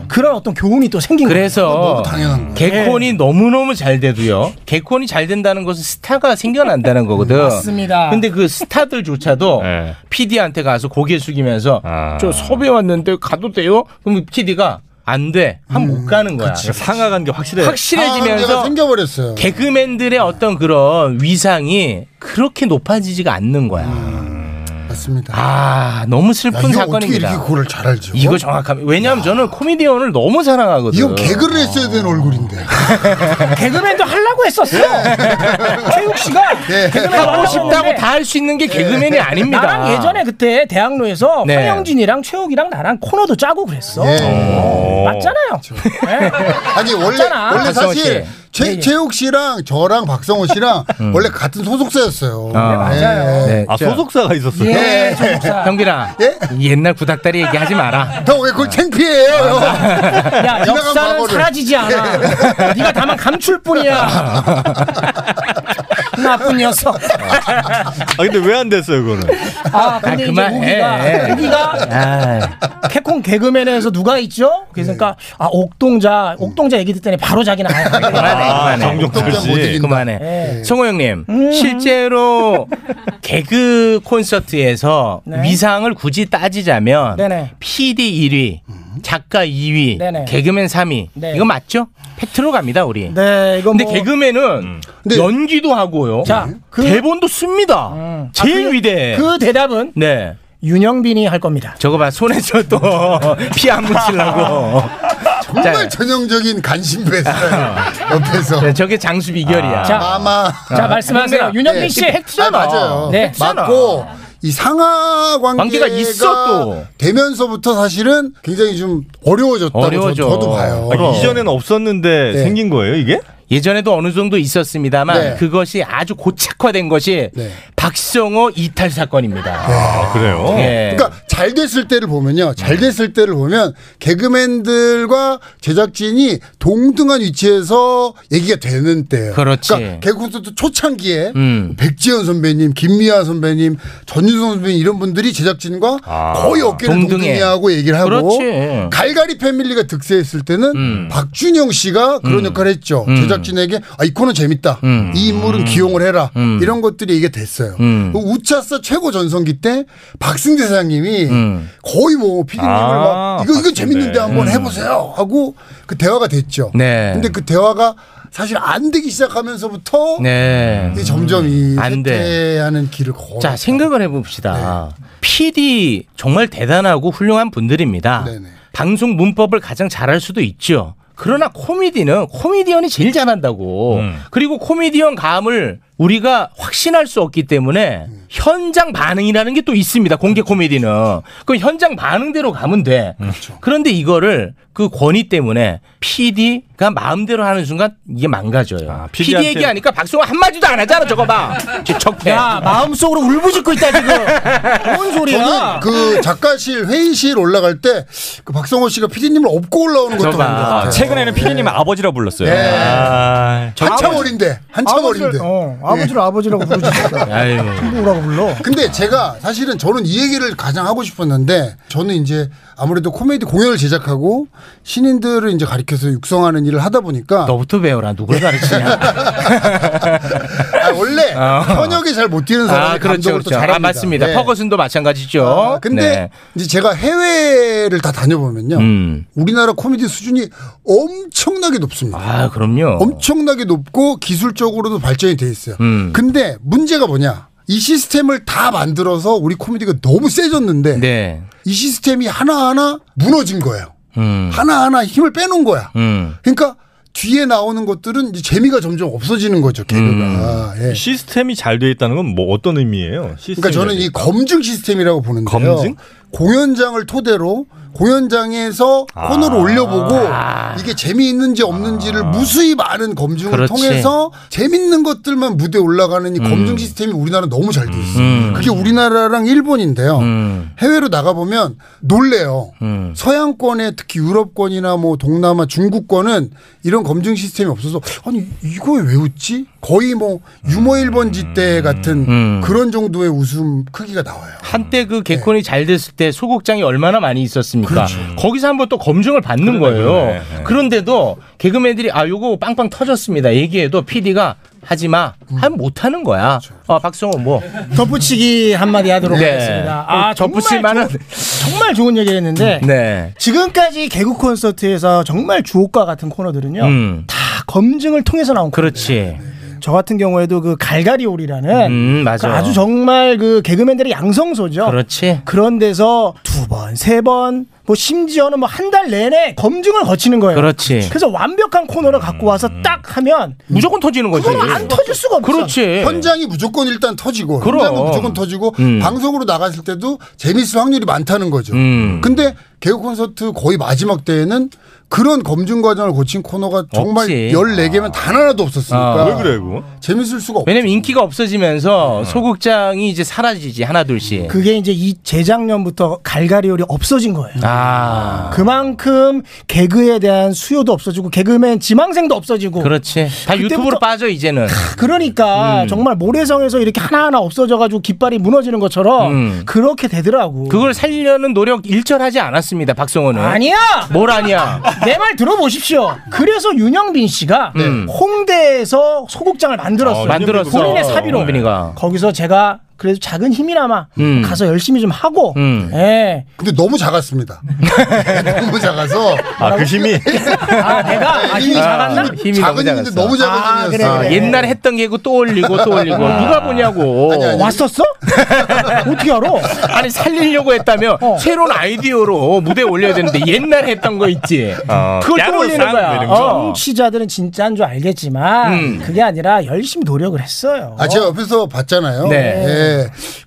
Speaker 7: 그런 어떤 교훈이 또 생긴 거예요.
Speaker 4: 그래서
Speaker 8: 어, 너무 당연한 거야. 예.
Speaker 4: 개콘이 너무너무 잘 돼도요. 개콘이 잘 된다는 것은 스타가 생겨난다는 거거든.
Speaker 7: 맞습니다.
Speaker 4: 근데 그 스타들조차도
Speaker 3: 아. [laughs] 네.
Speaker 4: PD한테 가서 고개 숙이면서
Speaker 3: 아.
Speaker 4: 저 섭외 왔는데 가도 돼요? 그럼 PD가 안 돼. 한
Speaker 8: 음,
Speaker 4: 못 가는 거야.
Speaker 3: 상하간 게 확실해.
Speaker 8: 가
Speaker 4: 확실해지면서
Speaker 8: 아, 생겨버렸어요.
Speaker 4: 개그맨들의 어떤 그런 위상이 그렇게 높아지지가 않는 거야.
Speaker 8: 맞습니다.
Speaker 4: 아, 너무
Speaker 8: 음. 야,
Speaker 4: 슬픈
Speaker 8: 이거 어떻게
Speaker 4: 사건입니다.
Speaker 8: 이렇게 그걸 잘 알죠?
Speaker 4: 이거 정확하면 왜냐하면 저는 코미디언을 너무 사랑하거든요.
Speaker 8: 이거 개그를 했어야 되는 얼굴인데.
Speaker 7: 개그맨도 하려고 했었어. [laughs] 최욱 씨가
Speaker 8: 예.
Speaker 4: 하고 네. 싶다고 다 할 수 있는 게 개그맨이 아닙니다.
Speaker 11: 나랑 예전에 그때 대학로에서
Speaker 4: 네.
Speaker 11: 황영진이랑 최욱이랑 나랑 코너도 짜고 그랬어.
Speaker 8: 예.
Speaker 11: 맞잖아요. 네.
Speaker 8: 아니 원래
Speaker 11: 맞잖아,
Speaker 8: 원래
Speaker 4: 박성호 예,
Speaker 8: 사실 최, 최욱 씨랑 저랑 박성호
Speaker 4: [laughs]
Speaker 8: 씨랑 원래 같은 소속사였어요. 예. 맞아요.
Speaker 11: [laughs]
Speaker 4: 음. 네.
Speaker 3: 아 소속사가 있었어요.
Speaker 4: 예, 형빈아.
Speaker 8: 예?
Speaker 4: 옛날 구닥다리 얘기하지 마라.
Speaker 8: 형왜 그걸 창피해요?
Speaker 4: 아, 네.
Speaker 11: 야,
Speaker 8: 지나간
Speaker 11: 역사는
Speaker 8: 과거를.
Speaker 11: 사라지지 않아. 네가 다만 감출
Speaker 4: [laughs]
Speaker 11: 뿐이야. 나쁜 녀석.
Speaker 3: 아 근데 왜 안 됐어요, 그거는?
Speaker 11: 아, 근데
Speaker 4: 그만,
Speaker 11: 이제 우기가
Speaker 4: 예, 예.
Speaker 11: 우기가 캡콤 개그맨에서 누가 있죠?
Speaker 4: 네.
Speaker 11: 그래서 그러니까 아 옥동자 옥동자 얘기 듣더니 바로 자기 나와요.
Speaker 3: 아,
Speaker 4: [laughs] 그만해, 그만해.
Speaker 3: 정종철
Speaker 8: 깜짝 못
Speaker 3: 씨.
Speaker 8: 이긴-
Speaker 4: 그만해.
Speaker 11: 예.
Speaker 4: 성호 형님,
Speaker 11: 음.
Speaker 4: 실제로 개그 콘서트에서
Speaker 11: 네.
Speaker 4: 위상을 굳이 따지자면
Speaker 11: 네네. 음.
Speaker 4: PD 1위, 작가 2위,
Speaker 11: 네네.
Speaker 4: 개그맨 3위.
Speaker 11: 네.
Speaker 4: 이거 맞죠? 팩트로 갑니다, 우리.
Speaker 11: 네, 이거
Speaker 4: 근데
Speaker 11: 뭐
Speaker 4: 개그맨은
Speaker 3: 음.
Speaker 8: 근데-
Speaker 4: 연기도 하고요.
Speaker 11: 자, 그- 음. 아,
Speaker 4: 대본도 씁니다. 제일 위대해.
Speaker 11: 그 대답은
Speaker 4: 네.
Speaker 11: 윤영빈이 할 겁니다.
Speaker 4: 저거 봐, 손에서 또 [laughs] 피 안 묻히려고.
Speaker 8: 정말 전형적인 간신배였어요 옆에서
Speaker 4: 자, 저게 장수 비결이야.
Speaker 11: 자,
Speaker 8: 아마
Speaker 11: 자 말씀하세요,
Speaker 4: 아. 네. 형님아.
Speaker 11: 윤영빈
Speaker 8: 네,
Speaker 11: 씨.
Speaker 8: 지금 아, 맞아요.
Speaker 11: 네.
Speaker 8: 맞고 이 상하 관계가,
Speaker 4: 관계가 있어, 또.
Speaker 8: 되면서부터 사실은 굉장히 좀 어려워졌다고
Speaker 4: 어려워져.
Speaker 8: 저, 도 봐요.
Speaker 3: 아, 이전에는 없었는데
Speaker 8: 네.
Speaker 3: 생긴 거예요, 이게?
Speaker 4: 예전에도 어느 정도 있었습니다만
Speaker 8: 네.
Speaker 4: 그것이 아주 고착화된 것이
Speaker 8: 네.
Speaker 4: 박성호 이탈 사건입니다.
Speaker 3: 아, 그래요?
Speaker 4: 예.
Speaker 8: 그러니까 잘 됐을 때를 보면요. 잘
Speaker 4: 네.
Speaker 8: 됐을 때를 보면 개그맨들과 제작진이 동등한 위치에서 얘기가 되는 때예요.
Speaker 4: 그렇지.
Speaker 8: 러니까 개그 콘서트 초창기에
Speaker 4: 음.
Speaker 8: 백지현 선배님, 김미아 선배님, 전유성 선배님 이런 분들이 제작진과 거의 어깨를
Speaker 4: 아, 동등해.
Speaker 8: 동등해. 하고 얘기를 하고
Speaker 4: 그렇지. 음.
Speaker 8: 갈갈이 패밀리가 득세했을 때는 박준영 씨가 그런 역할을 했죠. 제작진에게 아, 이 코너 재밌다. 이 인물은 기용을 해라. 이런 것들이 이게 됐어요.
Speaker 4: 음.
Speaker 8: 그 우차사 최고 전성기 때 박승대 사장님이
Speaker 4: 음.
Speaker 8: 거의 뭐 피디님을
Speaker 3: 아,
Speaker 8: 막 이거 이거
Speaker 3: 박승대.
Speaker 8: 재밌는데 한번 해보세요 하고 그 대화가 됐죠.
Speaker 4: 네.
Speaker 8: 근데 그 대화가 사실 안 되기 시작하면서부터
Speaker 4: 네.
Speaker 8: 이게 점점 이
Speaker 4: 안 돼.
Speaker 8: 쇠퇴하는 길을 걸어.
Speaker 4: 자 생각을 해봅시다. PD 정말 대단하고 훌륭한 분들입니다.
Speaker 8: 네네.
Speaker 4: 방송 문법을 가장 잘할 수도 있죠. 그러나 코미디는 코미디언이 제일 잘한다고. 그리고 코미디언 감을 우리가 확신할 수 없기 때문에 현장 반응이라는 게 또 있습니다. 공개 코미디는. 그 현장 반응대로 가면 돼. 그런데 이거를 그 권위 때문에 PD가 마음대로 하는 순간 이게 망가져요. PD
Speaker 3: PD 한테-
Speaker 4: 얘기하니까 박수가 한마디도 안 하잖아. 저거 봐. 저 척해.
Speaker 11: 야 마음속으로 울부짖고 있다 지금. 뭔
Speaker 8: 저는
Speaker 11: 소리야?
Speaker 8: 그 작가실 회의실 올라갈 때 그 박성호 씨가 피디님을 업고 올라오는 것도
Speaker 4: 저봐.
Speaker 8: 본것 같아요.
Speaker 9: 최근에는 피디님 아버지라 불렀어요.
Speaker 8: 네.
Speaker 3: 예. 아,
Speaker 8: 한참 어린데 한참 어린데. 예.
Speaker 7: 아버지를, 어, 아버지를 아버지라고 부르지
Speaker 8: [laughs]
Speaker 4: 아유.
Speaker 7: 뭐라고 불러
Speaker 8: 근데 제가 사실은 저는 이 얘기를 가장 하고 싶었는데 저는 이제 아무래도 코미디 공연을 제작하고 신인들을 이제 가리켜서 육성하는 일을 하다 보니까
Speaker 4: 너부터 배워라. 누굴 가르치냐.
Speaker 8: 아, 원래 현역에 잘 못 뛰는 사람이
Speaker 4: 어. 아, 그렇죠.
Speaker 8: 감독을
Speaker 4: 그렇죠.
Speaker 8: 또 잘합니다.
Speaker 4: 아, 맞습니다.
Speaker 8: 네.
Speaker 4: 퍼거슨도 마찬가지죠.
Speaker 8: 아, 근데
Speaker 4: 네.
Speaker 8: 이제 제가 해외를 다 다녀보면요.
Speaker 4: 음.
Speaker 8: 우리나라 코미디 수준이 엄청나게 높습니다.
Speaker 4: 아, 그럼요.
Speaker 8: 어? 엄청나게 높고 기술적으로도 발전이 돼 있어요.
Speaker 4: 음.
Speaker 8: 근데 문제가 뭐냐? 이 시스템을 다 만들어서 우리 코미디가 너무 세졌는데
Speaker 4: 네.
Speaker 8: 이 시스템이 하나하나 무너진 거예요.
Speaker 4: 음.
Speaker 8: 하나하나 힘을 빼놓은 거야.
Speaker 4: 음.
Speaker 8: 그러니까 뒤에 나오는 것들은 이제 재미가 점점 없어지는 거죠, 개그가. 예.
Speaker 3: 시스템이 잘 돼 있다는 건 뭐 어떤 의미예요? 시스템이
Speaker 8: 그러니까 저는
Speaker 3: 잘 돼-
Speaker 8: 이 검증 시스템이라고 보는데요.
Speaker 3: 검증?
Speaker 8: 공연장을 토대로 공연장에서 코너를 올려보고 이게 재미있는지 없는지를 무수히 많은 검증을
Speaker 4: 그렇지.
Speaker 8: 통해서 재밌는 것들만 무대에 올라가는 이 검증
Speaker 4: 음.
Speaker 8: 시스템이 우리나라 너무 잘 돼 있어요. 그게 우리나라랑 일본인데요.
Speaker 4: 음.
Speaker 8: 해외로 나가보면 놀래요. 서양권에 특히 유럽권이나 뭐 동남아 중국권은 이런 검증 시스템이 없어서 아니 이걸 왜 웃지? 거의 뭐 유머 일번지때 같은
Speaker 4: 음.
Speaker 8: 그런 정도의 웃음 크기가 나와요.
Speaker 4: 한때 그 개콘이 잘 됐을 때 소극장이 얼마나 많이 있었습니까? 거기서 한번 또 검증을 받는 거예요. 그런데도 개그맨들이 아 요거 빵빵 터졌습니다. 얘기해도 PD가 하지 마. 하면 못 하는 거야. 아, 박성호 뭐.
Speaker 11: 덧붙이기 한마디 하도록
Speaker 4: 네.
Speaker 11: 하겠습니다. 아
Speaker 4: 덧붙일 만한
Speaker 11: 정말 좋은 얘기했는데
Speaker 4: 네.
Speaker 11: 지금까지 개그 콘서트에서 정말 주옥과 같은 코너들은요
Speaker 4: 음.
Speaker 11: 다 검증을 통해서 나온 코너.
Speaker 4: 그렇지.
Speaker 11: 저 같은 경우에도 그 갈갈이올이라는
Speaker 4: 음,
Speaker 11: 그
Speaker 4: 맞아.
Speaker 7: 그러니까
Speaker 11: 아주 정말 그 개그맨들의 양성소죠.
Speaker 4: 그렇지.
Speaker 11: 그런 데서 두 번, 세 번,
Speaker 7: 뭐 심지어는 뭐 한 달 내내 검증을 거치는 거예요.
Speaker 4: 그렇지.
Speaker 7: 그래서 완벽한 코너를 갖고 와서 딱 하면
Speaker 4: 무조건 터지는 거지.
Speaker 7: 그건 안 터질 수가 없어.
Speaker 4: 그렇지.
Speaker 8: 현장이 무조건 일단 터지고
Speaker 4: 예. 그럼.
Speaker 8: 현장은 무조건 터지고
Speaker 4: 음.
Speaker 8: 방송으로 나갔을 때도 재밌을 확률이 많다는 거죠.
Speaker 4: 음.
Speaker 8: 근데 개그 콘서트 거의 마지막 때에는 그런 검증 과정을 거친 코너가 정말
Speaker 4: 없지.
Speaker 8: 14개면 단 하나도 없었으니까
Speaker 4: 아.
Speaker 9: 왜 그래 그거?
Speaker 8: 재밌을 수가 없죠.
Speaker 4: 왜냐면 인기가 없어지면서 소극장이 이제 사라지지 하나 둘씩.
Speaker 7: 그게 이제 이 재작년부터 갈갈이올이 없어진 거예요.
Speaker 4: 아
Speaker 7: 그만큼 개그에 대한 수요도 없어지고 개그맨 지망생도 없어지고
Speaker 4: 그렇지. 음. 다
Speaker 7: 그때부터-
Speaker 4: 유튜브로 빠져 이제는.
Speaker 7: 그러니까 정말 모래성에서 이렇게 하나하나 없어져가지고 깃발이 무너지는 것처럼
Speaker 4: 음.
Speaker 7: 그렇게 되더라고.
Speaker 4: 그걸 살려는 노력 일절하지 않았습니다. 박성호는.
Speaker 7: 아니야.
Speaker 4: 뭘 아니야? 네.
Speaker 7: 내 말 들어보십시오. 그래서 윤영빈 씨가 홍대에서 소극장을 만들었어요.
Speaker 4: 어, 만들었어. 네.
Speaker 7: 본인의 사비로.
Speaker 4: 윤빈이가.
Speaker 7: 거기서 제가 그래도 작은 힘이나마
Speaker 4: 음.
Speaker 7: 가서 열심히 좀 하고
Speaker 4: 음.
Speaker 7: 예.
Speaker 8: 근데 너무
Speaker 4: [laughs]
Speaker 8: 작았습니다. 너무 작아서
Speaker 3: 아, 그
Speaker 8: [laughs]
Speaker 3: 힘이
Speaker 7: 아, 내가 아, 힘이 작았나?
Speaker 4: 힘이
Speaker 8: 작은
Speaker 4: 너무
Speaker 8: 힘인데
Speaker 4: 작았어.
Speaker 8: 너무 작은
Speaker 7: 아,
Speaker 8: 힘이었어.
Speaker 7: 그래,
Speaker 4: 아,
Speaker 7: 그래.
Speaker 4: 옛날에 했던 게고 또 올리고 또 올리고 누가 보냐고.
Speaker 8: 아니, 아니.
Speaker 7: 왔었어? 어떻게 알아?
Speaker 4: 아니 살리려고 했다며
Speaker 7: 어.
Speaker 4: 새로운 아이디어로 무대에 올려야 되는데 옛날에 했던 거 있지
Speaker 9: 어,
Speaker 4: 그걸
Speaker 9: 야구
Speaker 4: 또 올리는
Speaker 9: 상?
Speaker 4: 거야
Speaker 9: 이런 거.
Speaker 4: 어.
Speaker 7: 정치자들은 진짜인 줄 알겠지만
Speaker 4: 음.
Speaker 7: 그게 아니라 열심히 노력을 했어요.
Speaker 8: 아, 제가 옆에서 봤잖아요.
Speaker 4: 네.
Speaker 8: 예.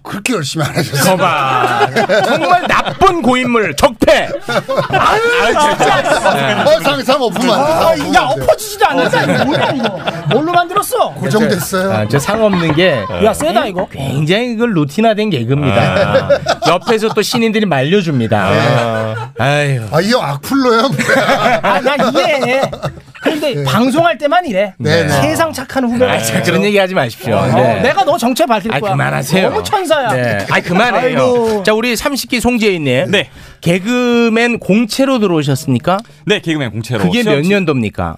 Speaker 8: 그렇게 열심히 안 하셨어요.
Speaker 4: 거봐 정말 나쁜 고인물 적폐 아유 진짜
Speaker 8: 어, 상상 엎으면
Speaker 4: 아,
Speaker 8: 안 돼.
Speaker 7: 아, 야 엎어지지도 않는다 이거 뭐야 이거 뭘로 만들었어?
Speaker 8: 고정됐어요.
Speaker 4: 아, 저 상 없는 게
Speaker 7: 야 세다 이거.
Speaker 4: 굉장히 그 루틴화된 개그입니다 아. 옆에서 또 신인들이 말려줍니다 아유
Speaker 8: 아, 이 형 악플로요? [laughs]
Speaker 7: 아난 이해해. 근데 방송할 때만 이래.
Speaker 8: 네, 네.
Speaker 7: 세상 착한 후배가.
Speaker 4: 아,
Speaker 7: 있어.
Speaker 4: 자, 그런 얘기 하지 마십시오
Speaker 7: 어,
Speaker 4: 네.
Speaker 7: 내가 너 정체 밝힐
Speaker 4: 아
Speaker 7: 거야.
Speaker 4: 그만하세요.
Speaker 7: 너무 천사야.
Speaker 4: 네. 아 그만해요.
Speaker 7: 아이고.
Speaker 4: 자 우리 삼식기 송재인님.
Speaker 9: 네.
Speaker 4: 개그맨 공채로 들어오셨습니까?
Speaker 9: 네 개그맨 공채로
Speaker 4: 그게 몇
Speaker 9: 시험 치-
Speaker 4: 년도입니까?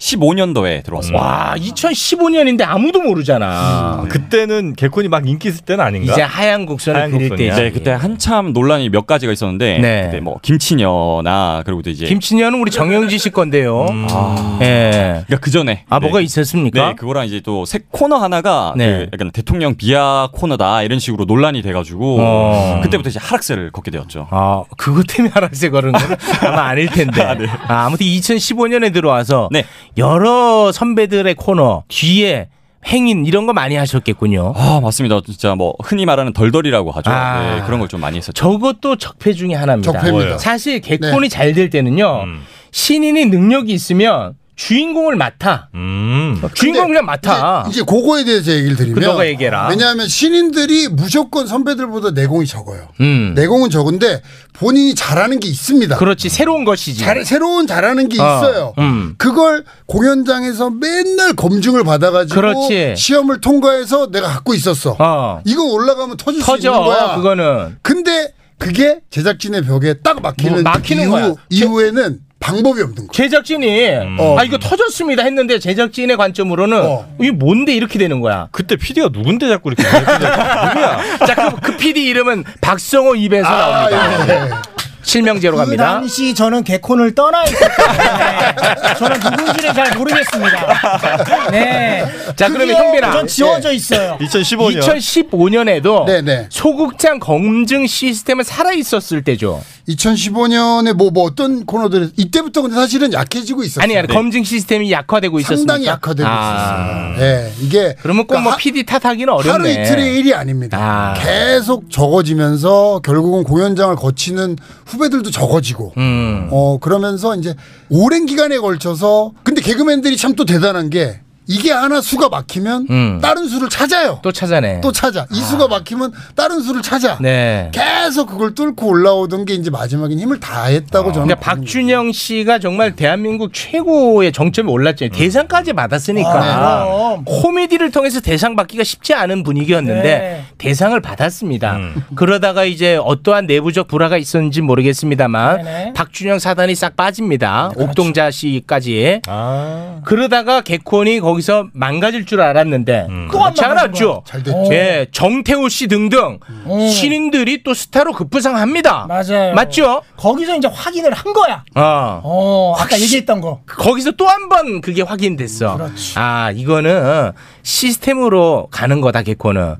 Speaker 9: 2015년도에 들어왔습니다.
Speaker 4: 와 2015년인데 아, 아무도 모르잖아.
Speaker 3: 그때는 개콘이 막 인기 있을 때는 아닌가?
Speaker 4: 이제 하얀
Speaker 3: 음,
Speaker 4: 곡선을
Speaker 3: 네. 하얀
Speaker 4: 그릴
Speaker 3: 곡선이야.
Speaker 4: 때지.
Speaker 9: 네, 그때 한참 논란이 몇 가지가 있었는데
Speaker 4: 예. 네.
Speaker 9: 그때 뭐 김치녀나 그리고 또 이제
Speaker 4: 김치년은 우리 정영지 씨 건데요. 아, 예.
Speaker 9: 그러니까 그 전에
Speaker 4: 아 뭐가 있었습니까?
Speaker 9: 네, 그거랑 이제 또 새 코너 하나가
Speaker 4: 네.
Speaker 9: 그 약간 대통령 비하 코너다 이런 식으로 논란이 돼가지고
Speaker 4: 어.
Speaker 9: 그때부터 이제 하락세를 걷게 되었죠.
Speaker 4: 아, 그것 때문에 하락세 걸은 건 아마 아닐 텐데. 아, 아무튼 2015년에 들어와서
Speaker 9: 네.
Speaker 4: 여러 선배들의 코너 뒤에 행인 이런 거 많이 하셨겠군요.
Speaker 9: 아 맞습니다. 진짜 뭐 흔히 말하는 덜덜이라고 하죠.
Speaker 4: 아.
Speaker 9: 네, 그런 걸 좀 많이 했었죠.
Speaker 4: 저것도 적폐 중에 하나입니다.
Speaker 8: 적폐입니다.
Speaker 4: 사실 개콘이 잘 될 때는요. 신인이 능력이 있으면 주인공을 맡아.
Speaker 3: 음.
Speaker 4: 주인공 그냥 맡아.
Speaker 8: 이제, 이제 그거에 대해서 얘기를 드리면
Speaker 4: 그 너가 얘기해라.
Speaker 8: 왜냐하면 신인들이 무조건 선배들보다 내공이 적어요.
Speaker 4: 음.
Speaker 8: 내공은 적은데 본인이 잘하는 게 있습니다.
Speaker 4: 그렇지 새로운 것이지.
Speaker 8: 잘, 새로운 잘하는 게
Speaker 4: 어,
Speaker 8: 있어요.
Speaker 4: 음.
Speaker 8: 그걸 공연장에서 맨날 검증을 받아가지고
Speaker 4: 그렇지.
Speaker 8: 시험을 통과해서 내가 갖고 있었어.
Speaker 4: 어.
Speaker 8: 이거 올라가면 터질 수 있는
Speaker 4: 터져
Speaker 8: 거야.
Speaker 4: 그거는.
Speaker 8: 근데 그게 제작진의 벽에 딱
Speaker 4: 뭐
Speaker 8: 막히는,
Speaker 4: 막히는
Speaker 8: 이후,
Speaker 4: 거야.
Speaker 8: 이후에는 방법이 없는 거야.
Speaker 4: 제작진이 아 이거 터졌습니다 했는데 제작진의 관점으로는
Speaker 8: 어.
Speaker 4: 이게 뭔데 이렇게 되는 거야.
Speaker 3: 그때 PD가 누군데 자꾸 이렇게 [laughs] 누구야?
Speaker 4: [laughs] 자, 그, 그 PD 이름은 박성호 입에서 나옵니다.
Speaker 8: 예.
Speaker 4: 실명제로
Speaker 7: 그
Speaker 4: 갑니다.
Speaker 7: 당시 저는 개콘을 떠나 있었기 때문에 저는 누군지를 잘 모르겠습니다. 네.
Speaker 4: 자, 그러면
Speaker 7: 그게요,
Speaker 4: 형빈아.
Speaker 7: 전 지워져
Speaker 4: 네.
Speaker 7: 있어요.
Speaker 3: 2015년.
Speaker 4: 2015년에도
Speaker 8: 네네.
Speaker 4: 소극장 검증 시스템은 살아 있었을 때죠.
Speaker 8: 2015년에 뭐, 뭐 어떤 코너들 이때부터 근데 사실은 약해지고 있었어요.
Speaker 4: 아니 아니 검증 시스템이 약화되고 있었습니까?
Speaker 8: 상당히 약화되고
Speaker 4: 아,
Speaker 8: 있었어요. 예, 이게
Speaker 4: 그러면 꼭
Speaker 8: 그러니까
Speaker 4: 뭐
Speaker 8: 하-
Speaker 4: PD 탓하기는 어렵네.
Speaker 8: 하루 이틀의 일이 아닙니다.
Speaker 4: 아.
Speaker 8: 계속 적어지면서 결국은 공연장을 거치는 후배들도 적어지고,
Speaker 4: 음.
Speaker 8: 어 그러면서 이제 오랜 기간에 걸쳐서 근데 개그맨들이 참 또 대단한 게 이게 하나 수가 막히면
Speaker 4: 음.
Speaker 8: 다른 수를 찾아요. 또,
Speaker 4: 또 네. 찾아내.
Speaker 8: 찾아. 이 수가 막히면 다른 수를 찾아.
Speaker 4: 네.
Speaker 8: 계속 그걸 뚫고 올라오던 게 이제 마지막엔 힘을 다했다고
Speaker 7: 아,
Speaker 8: 저는.
Speaker 4: 그러니까 박준영 씨가 정말
Speaker 7: 네.
Speaker 4: 대한민국 최고의 정점에
Speaker 7: 음.
Speaker 4: 올랐잖아요. 대상까지
Speaker 7: 아, 네.
Speaker 4: 받았으니까
Speaker 7: 어,
Speaker 4: 코미디를 통해서 대상 받기가 쉽지 않은 분위기였는데
Speaker 7: 네. 음.
Speaker 4: 대상을 받았습니다. 그러다가 이제 어떠한 내부적 불화가 있었는지 모르겠습니다만
Speaker 7: 네네. 아, 그렇죠.
Speaker 4: 박준영 사단이 싹 빠집니다. 옥동자 씨까지.
Speaker 3: 아.
Speaker 4: 그러다가 개콘이 거기서 망가질 줄 알았는데
Speaker 7: 또안
Speaker 4: 그렇지
Speaker 7: 망가진
Speaker 4: 않았죠.
Speaker 8: 잘 됐죠.
Speaker 4: 예, 정태호 씨 등등 신인들이 또 스타로 급부상합니다.
Speaker 7: 음. 맞아요.
Speaker 4: 맞죠?
Speaker 7: 거기서 이제 확인을 한 거야.
Speaker 4: 어.
Speaker 7: 어, 아까 얘기했던 거.
Speaker 4: 거기서 또 한 번 그게 확인됐어.
Speaker 8: 네.
Speaker 4: 아 이거는 시스템으로 가는 거다 개코는.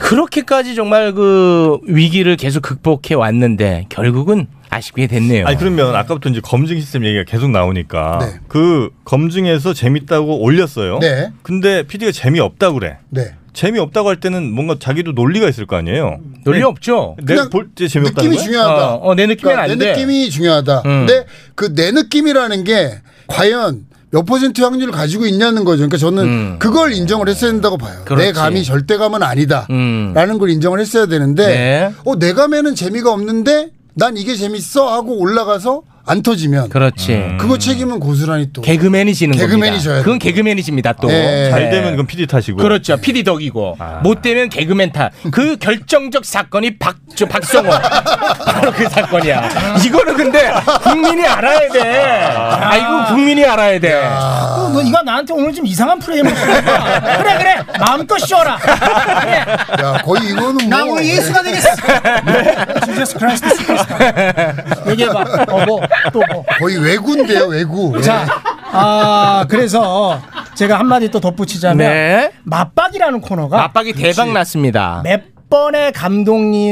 Speaker 4: 그렇게까지 정말 그 위기를 계속 극복해 왔는데 결국은 아쉽게 됐네요.
Speaker 3: 아니 그러면 아까부터 이제 검증 시스템 얘기가 계속 나오니까 그 검증에서 재밌다고 올렸어요.
Speaker 8: 네.
Speaker 3: 근데 PD가 재미없다 고 그래.
Speaker 8: 네.
Speaker 3: 재미없다고 할 때는 뭔가 자기도 논리가 있을 거 아니에요.
Speaker 4: 논리 없죠.
Speaker 3: 내가 볼때 재미없다는
Speaker 8: 느낌이
Speaker 3: 거야?
Speaker 8: 중요하다.
Speaker 4: 어,
Speaker 8: 그러니까 내 느낌이 중요하다.
Speaker 3: 음.
Speaker 8: 근데 그 내 느낌이라는 게 과연 몇 퍼센트 확률을 가지고 있냐는 거죠. 그러니까 저는 그걸 인정을 했어야 된다고 봐요. 내
Speaker 4: 음. 그렇지.
Speaker 8: 감이 절대감은 아니다.
Speaker 4: 음.
Speaker 8: 라는 걸 인정을 했어야 되는데,
Speaker 4: 네.
Speaker 8: 어, 내 감에는 재미가 없는데, 난 이게 재밌어 하고 올라가서 안 터지면.
Speaker 4: 그렇지.
Speaker 3: 음.
Speaker 8: 그거 책임은 고스란히 또.
Speaker 4: 개그맨이 지는
Speaker 8: 개그맨이
Speaker 4: 겁니다.
Speaker 8: 져야
Speaker 4: 그건 개그맨이십니다 또.
Speaker 8: 네.
Speaker 3: 잘 되면 그건 PD 탓이고.
Speaker 4: 그렇죠. PD 덕이고 못 되면 개그맨 탓. 그 결정적 사건이 박 저, [laughs] 박성호 바로 그 사건이야. 이거는 근데 국민이 알아야 돼. 아이고 국민이 알아야 돼.
Speaker 7: 어, 너 이거 나한테 오늘 좀 이상한 프레임을
Speaker 4: [laughs]
Speaker 7: 쓰니까 그래 그래 마음껏 쉬어라
Speaker 8: 야, 거의 이거는
Speaker 7: 나
Speaker 8: 뭐.
Speaker 7: 오늘 예수가 되겠어 네. [laughs] 주제스 크라이스트 얘기해봐 어뭐또뭐
Speaker 8: 거의
Speaker 4: [laughs]
Speaker 8: 외구인데요, 외구.
Speaker 7: 자, 아 그래서 제가 한마디 또 덧붙이자면
Speaker 4: 네.
Speaker 7: 맞박이라는 코너가
Speaker 4: 압박이 대박 났습니다.
Speaker 7: 몇 번의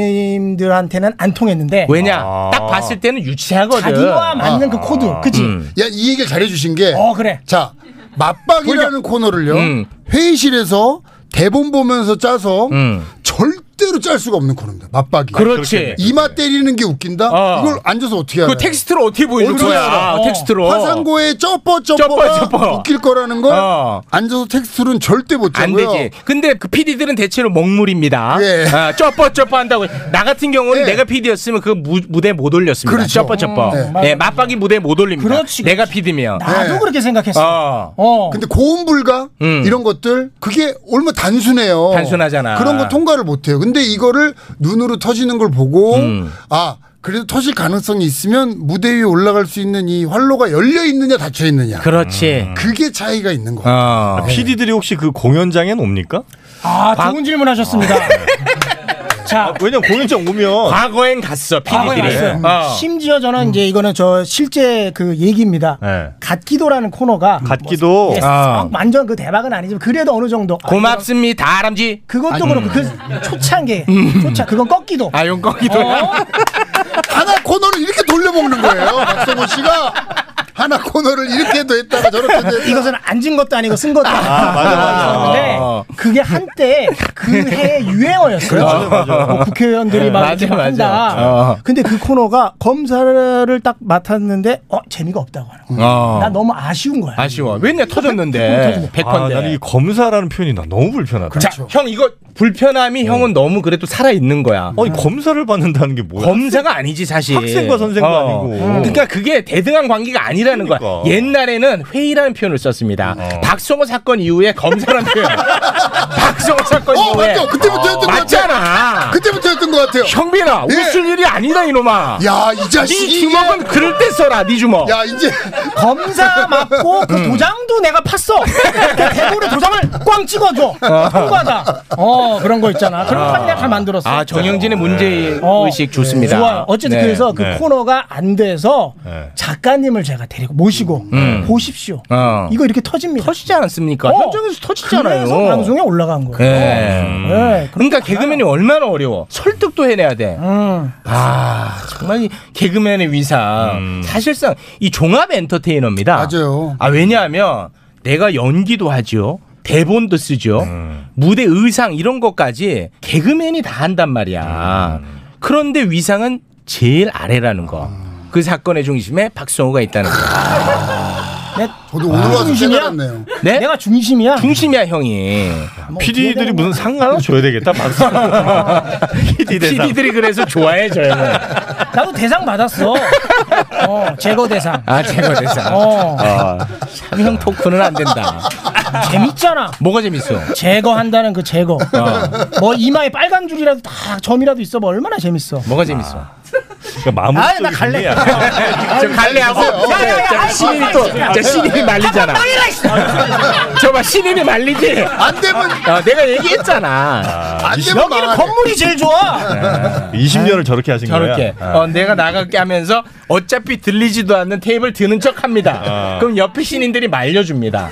Speaker 7: 감독님들한테는 안 통했는데
Speaker 4: 왜냐? 딱 봤을 때는 유치하거든.
Speaker 7: 자기와 맞는 그 코드, 그치?
Speaker 8: 예. 야, 이 얘기를 잘해주신 게.
Speaker 7: 어 그래.
Speaker 8: 자, 맞박이라는 코너를요.
Speaker 4: 음.
Speaker 8: 회의실에서 대본 보면서 짜서
Speaker 4: 음.
Speaker 8: 절대로 짤 수가 없는 코너입니다. 맞박이.
Speaker 4: 그렇지.
Speaker 8: 이마 때리는 게 웃긴다?
Speaker 4: 어.
Speaker 8: 이걸 앉아서 어떻게
Speaker 4: 그
Speaker 8: 알아요?
Speaker 4: 텍스트로 어떻게 보여줄
Speaker 8: 어떻게
Speaker 4: 거야?
Speaker 8: 알아?
Speaker 4: 텍스트로.
Speaker 8: 화상고의 쩌뻐 쩌뻐가
Speaker 4: 쩌뻐, 쩌뻐.
Speaker 8: 웃길 거라는 걸
Speaker 4: 어.
Speaker 8: 앉아서 텍스트로는 절대 못
Speaker 4: 안
Speaker 8: 짜고요.
Speaker 4: 되지. 근데 그 PD들은 대체로 먹물입니다.
Speaker 8: 예.
Speaker 4: 아, 쩌뻐쩌뻐 한다고. 나 같은 경우는
Speaker 8: 예.
Speaker 4: 내가 PD였으면 그 무, 무대 못 올렸습니다.
Speaker 8: 그렇죠.
Speaker 4: 쩌뻐쩌뻐.
Speaker 8: 음,
Speaker 4: 예, 맞박이 무대 못 올립니다.
Speaker 7: 그렇지,
Speaker 4: 내가 PD면.
Speaker 7: 나도
Speaker 8: 네.
Speaker 7: 그렇게 생각했어.
Speaker 4: 어.
Speaker 7: 어.
Speaker 8: 근데 고음불가
Speaker 4: 음.
Speaker 8: 이런 것들 그게 얼마 나 단순해요.
Speaker 4: 단순하잖아.
Speaker 8: 그런 거 통과를 못 해요. 근데 이거를 눈으로 터지는 걸 보고 아 그래도 터질 가능성이 있으면 무대 위에 올라갈 수 있는 이 활로가 열려 있느냐 닫혀 있느냐.
Speaker 4: 그렇지.
Speaker 8: 그게 차이가 있는 거. 같아요
Speaker 4: 음. 어.
Speaker 3: PD들이 혹시 그 공연장엔 옵니까?
Speaker 7: 아 좋은 질문하셨습니다. [laughs]
Speaker 4: 아,
Speaker 7: 자.
Speaker 3: 왜냐면 공연장 오면
Speaker 4: 과거엔 갔어,
Speaker 7: 과거에
Speaker 4: PD들이.
Speaker 7: 왔어요. 심지어 저는 이제 이거는 저 실제 그 얘기입니다.
Speaker 3: 네.
Speaker 7: 갓기도라는 코너가
Speaker 3: 갓기도.
Speaker 7: 뭐, 예,
Speaker 4: 아.
Speaker 7: 완전 그 대박은 아니지만 그래도 어느 정도 아,
Speaker 4: 고맙습니다, 아람지.
Speaker 7: 그것도 그렇고 그 초창 게 초창 그건 꺾기도
Speaker 4: 아, 용거기도
Speaker 7: 어?
Speaker 8: 하나 코너를 이렇게 돌려먹는 거예요. 박성호 씨가 하나 코너를 이렇게도 했다가 저렇게도 했다가
Speaker 7: 이것은 앉은 것도 아니고 쓴 것도 아니고
Speaker 3: 맞아, 맞아.
Speaker 7: 근데 그게 한때 그 해의 유행어였어요.
Speaker 4: 그렇죠.
Speaker 7: 뭐 국회의원들이 막
Speaker 4: 네, 맞아,
Speaker 7: 이렇게 막
Speaker 4: 맞아.
Speaker 7: 한다.
Speaker 4: 어.
Speaker 7: 근데 그 코너가 검사를 딱 맡았는데 어 재미가 없다고 하는 거야.
Speaker 4: 어.
Speaker 7: 나 너무 아쉬운 거야.
Speaker 4: 아쉬워. 왜냐,
Speaker 7: 어,
Speaker 4: 터졌는데. 100%인데.
Speaker 3: 아, 나는 이 검사라는 표현이 나 너무 불편하다.
Speaker 4: 자,
Speaker 7: 그렇죠.
Speaker 4: 형, 이거 불편함이 형은 너무 그래도 살아있는 거야.
Speaker 3: 아니 검사를 받는다는 게 뭐야?
Speaker 4: 검사가 아니지 사실
Speaker 3: 학생과 선생도 아니고.
Speaker 4: 그러니까 그게 대등한 관계가 아니라는
Speaker 3: 그러니까.
Speaker 4: 거야 옛날에는 회의라는 표현을 썼습니다 박성호 사건 이후에 검사라는 표현 박성호 사건
Speaker 8: 어
Speaker 4: 이후에
Speaker 8: 맞죠. 그때부터 했던 것 같아요.
Speaker 4: 맞잖아
Speaker 8: 그때부터 했던 것 같아요.
Speaker 4: 형빈아
Speaker 8: 예.
Speaker 4: 웃을 일이 아니다 이놈아
Speaker 8: 야 이
Speaker 4: 네
Speaker 8: 자식이
Speaker 4: 주먹은 그럴 때 써라 네 주먹
Speaker 8: 야 이제
Speaker 7: 검사 맡고
Speaker 4: 음.
Speaker 7: 그 도장도 내가 팠어. 그러니까 대구로 도장을 꽝 찍어줘. 통과다. 어 그런 거 있잖아. 그런 거 내가 잘 만들었어.
Speaker 4: 아 정영진의 문제
Speaker 7: 어,
Speaker 4: 의식 네. 좋습니다
Speaker 7: 좋아요. 어쨌든
Speaker 4: 네.
Speaker 7: 그래서 그
Speaker 3: 네.
Speaker 7: 코너가 안 돼서
Speaker 3: 네. 음.
Speaker 7: 작가님을 제가 데리고 모시고 보십시오.
Speaker 4: 어.
Speaker 7: 이거 이렇게 터집니다.
Speaker 4: 터지지 않았습니까
Speaker 7: 어.
Speaker 4: 현장에서 터지잖아요
Speaker 7: 그래서 방송에 올라간 거예요.
Speaker 4: 네.
Speaker 7: 어. 네.
Speaker 4: 그러니까 개그맨이 얼마나 어려워 설득도 해내야 돼
Speaker 7: 음.
Speaker 4: 아 정말 이 개그맨의 위상 사실상 이 종합 엔터테이너입니다.
Speaker 8: 맞아요.
Speaker 4: 아, 왜냐하면 내가 연기도 하죠. 대본도 쓰죠. 무대 의상 이런 것까지 개그맨이 다 한단 말이야. 그런데 위상은 제일 아래라는 거. 그 사건의 중심에 박성호가 있다는 거.
Speaker 8: 저도 오늘 와서
Speaker 7: 중심이야?
Speaker 8: 깨달았네요.
Speaker 4: 네?
Speaker 7: 내가 중심이야.
Speaker 4: 중심이야 형이.
Speaker 3: PD들이 무슨 상 하나 줘야 되겠다. 박수. PD 대상.
Speaker 4: PD들이 그래서 좋아해줘요.
Speaker 7: 나도 대상
Speaker 4: [laughs]
Speaker 7: 받았어. 어, 제거 대상.
Speaker 4: 아 제거 대상.
Speaker 7: 어.
Speaker 4: 참 형 토크는 안 된다.
Speaker 7: 재밌잖아.
Speaker 4: 뭐가 재밌어?
Speaker 7: 제거한다는 그 제거.
Speaker 4: 어.
Speaker 7: 뭐 이마에 빨간 줄이라도 다 점이라도 있어. 뭐 얼마나 재밌어.
Speaker 4: 뭐가 재밌어?
Speaker 3: 그러니까 마무리.
Speaker 7: 아유, 나 갈래.
Speaker 4: 저 갈래하고
Speaker 7: 야, 야, 야,
Speaker 4: 저
Speaker 7: 아이고,
Speaker 4: 신인이
Speaker 7: 아이고,
Speaker 4: 또 저 신인이 말리잖아. 저봐 신인이 말리지.
Speaker 8: 안 되면
Speaker 4: 어, 내가 얘기했잖아.
Speaker 8: 안 되면
Speaker 7: 여기는
Speaker 8: 망하네.
Speaker 7: 건물이 제일 좋아.
Speaker 3: 네. 20년을 저렇게 하신 아,
Speaker 4: 저렇게
Speaker 3: 거야.
Speaker 4: 어, 내가 나갈게 하면서 어차피 들리지도 않는 테이블 드는 척 합니다. 그럼 옆에 신인들이 말려줍니다.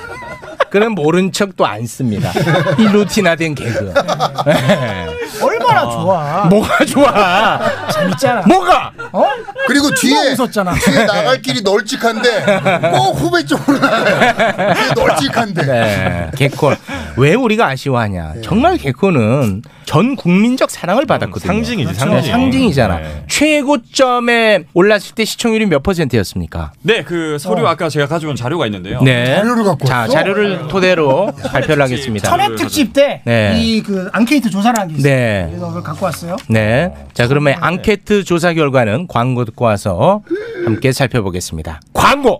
Speaker 4: 그럼 모른 척 또 안 씁니다. 이 루틴화된 개그.
Speaker 7: 얼마나
Speaker 4: 어.
Speaker 7: 좋아.
Speaker 4: 뭐가 좋아?
Speaker 7: 재밌잖아.
Speaker 4: 뭐가?
Speaker 7: 어?
Speaker 8: 그리고 뒤에
Speaker 7: 웃었잖아.
Speaker 8: 뒤에 나갈 길이 널찍한데 꼭 후배 쪽으로 나가요. 뒤에 널찍한데.
Speaker 4: 네, 개콘. 왜 우리가 아쉬워하냐?
Speaker 8: 네.
Speaker 4: 정말 개콘은 전 국민적 사랑을 받았거든요.
Speaker 3: 상징이지,
Speaker 4: 네,
Speaker 3: 그렇죠. 상징.
Speaker 4: 상징이잖아.
Speaker 9: 네.
Speaker 4: 최고점에 올랐을 때 시청률이 몇 퍼센트였습니까?
Speaker 9: 네, 그
Speaker 4: 어.
Speaker 9: 서류 아까 제가 가져온 자료가 있는데요.
Speaker 4: 네.
Speaker 8: 자료를 갖고
Speaker 4: 자,
Speaker 8: 왔어? 네.
Speaker 4: 자료를 토대로 발표를 하겠습니다.
Speaker 9: 천에-
Speaker 7: 천혜 특집 때
Speaker 4: 네.
Speaker 7: 이 그 앙케이트 조사라는 게 있어요.
Speaker 4: 네.
Speaker 7: 그래서 그걸 갖고 왔어요.
Speaker 4: 네. 자, 그러면 앙케트 조사 결과는 광고 듣고 와서 함께 살펴보겠습니다. 광고!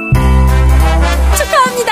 Speaker 1: 축하합니다.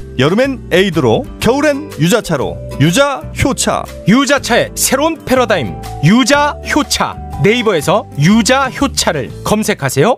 Speaker 3: 여름엔 에이드로, 겨울엔 유자차로. 유자 효차.
Speaker 12: 유자차의 새로운 패러다임 유자 효차 네이버에서 유자 효차를 검색하세요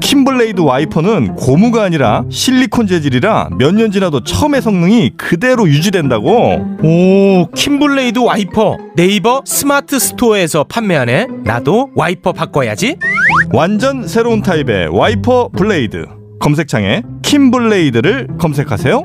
Speaker 3: 킴블레이드 와이퍼는 고무가 아니라 실리콘 재질이라 몇 년 지나도 처음의 성능이 그대로 유지된다고.
Speaker 12: 오 킴블레이드 와이퍼 네이버 스마트 스토어에서 판매하네 나도 와이퍼 바꿔야지
Speaker 3: 완전 새로운 타입의 와이퍼 블레이드 검색창에 킴블레이드를 검색하세요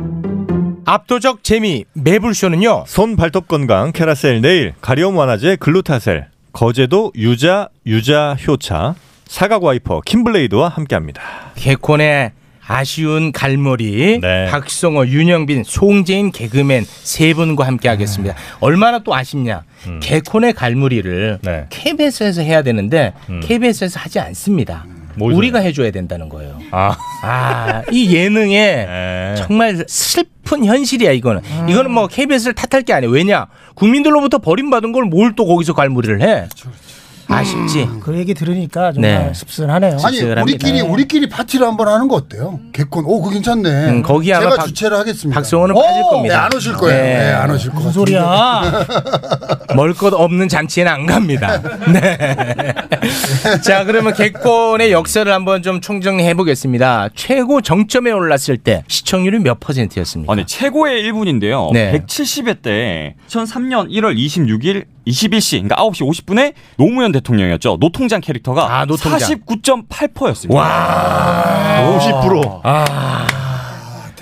Speaker 12: 압도적 재미 매불쇼는요
Speaker 3: 손 발톱 건강 캐라셀 네일 가려움 완화제 글루타셀 거제도 유자 유자 효차 사각 와이퍼 킴블레이드와 함께합니다
Speaker 4: 개콘의 아쉬운 갈머리
Speaker 3: 네.
Speaker 4: 박성호, 윤영빈, 송재인 개그맨 세 분과 함께 하겠습니다. 얼마나 또 아쉽냐? 개콘의 갈무리를
Speaker 3: 음. 네. 음.
Speaker 4: KBS에서 해야 되는데 KBS에서 하지 않습니다.
Speaker 3: 뭐죠?
Speaker 4: 우리가 해줘야 된다는 거예요.
Speaker 3: 음. 아
Speaker 4: 아, 이 예능에
Speaker 3: [laughs] 네.
Speaker 4: 정말 슬픈 현실이야 이거는. 이거는 뭐 KBS를 탓할 게 아니에요. 왜냐? 국민들로부터 버림받은 걸 뭘 또 거기서 갈무리를 해? 아쉽지.
Speaker 7: 그 얘기 들으니까 정말
Speaker 4: 네.
Speaker 7: 씁쓸하네요.
Speaker 8: 아니
Speaker 4: 씁쓸합니다.
Speaker 8: 우리끼리 우리끼리 파티를 한번 하는 거 어때요? 개콘 오 그거 괜찮네.
Speaker 4: 음, 거기 아마
Speaker 8: 제가
Speaker 4: 박-
Speaker 8: 주최를 하겠습니다.
Speaker 4: 박성호는 빠질
Speaker 8: 네,
Speaker 4: 겁니다.
Speaker 8: 안 오실 거예요.
Speaker 4: 네.
Speaker 8: 네, 안 오실 거.
Speaker 7: 무슨 소리야?
Speaker 4: 멀 것 없는 잔치에는 안 갑니다. 네. 자, 그러면 개콘의 역사를 한번 좀 총정리해 보겠습니다. 최고 정점에 올랐을 때 시청률이 몇 퍼센트였습니까?
Speaker 10: 네.
Speaker 9: 아니 최고의 1분인데요.
Speaker 4: 네.
Speaker 9: 170회 때 2003년 1월 26일 21시 그러니까 9시 50분에 노무현 대통령이었죠. 노통장 캐릭터가
Speaker 4: 아, 노통장.
Speaker 9: 49.8%였습니다.
Speaker 3: 50% 아,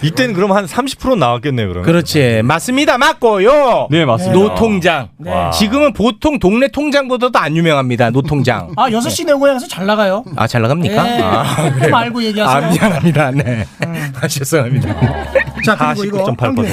Speaker 3: 이때는 그럼 한 30% 나왔겠네요 그러면
Speaker 4: 그렇지. 맞습니다. 맞고요.
Speaker 9: 네, 맞습니다.
Speaker 4: 노통장.
Speaker 3: 와.
Speaker 4: 지금은 보통 동네 통장보다도 안 유명합니다. 노통장.
Speaker 7: 아, 6시 내 고향에서 잘 나가요.
Speaker 4: 아, 잘 나갑니까?
Speaker 7: 네.
Speaker 4: 아,
Speaker 7: 좀 알고
Speaker 4: 아,
Speaker 7: 얘기하세요.
Speaker 4: 미안합니다. 네. 아, 죄송합니다.
Speaker 7: 자, 그리고 이거
Speaker 10: 49.8%.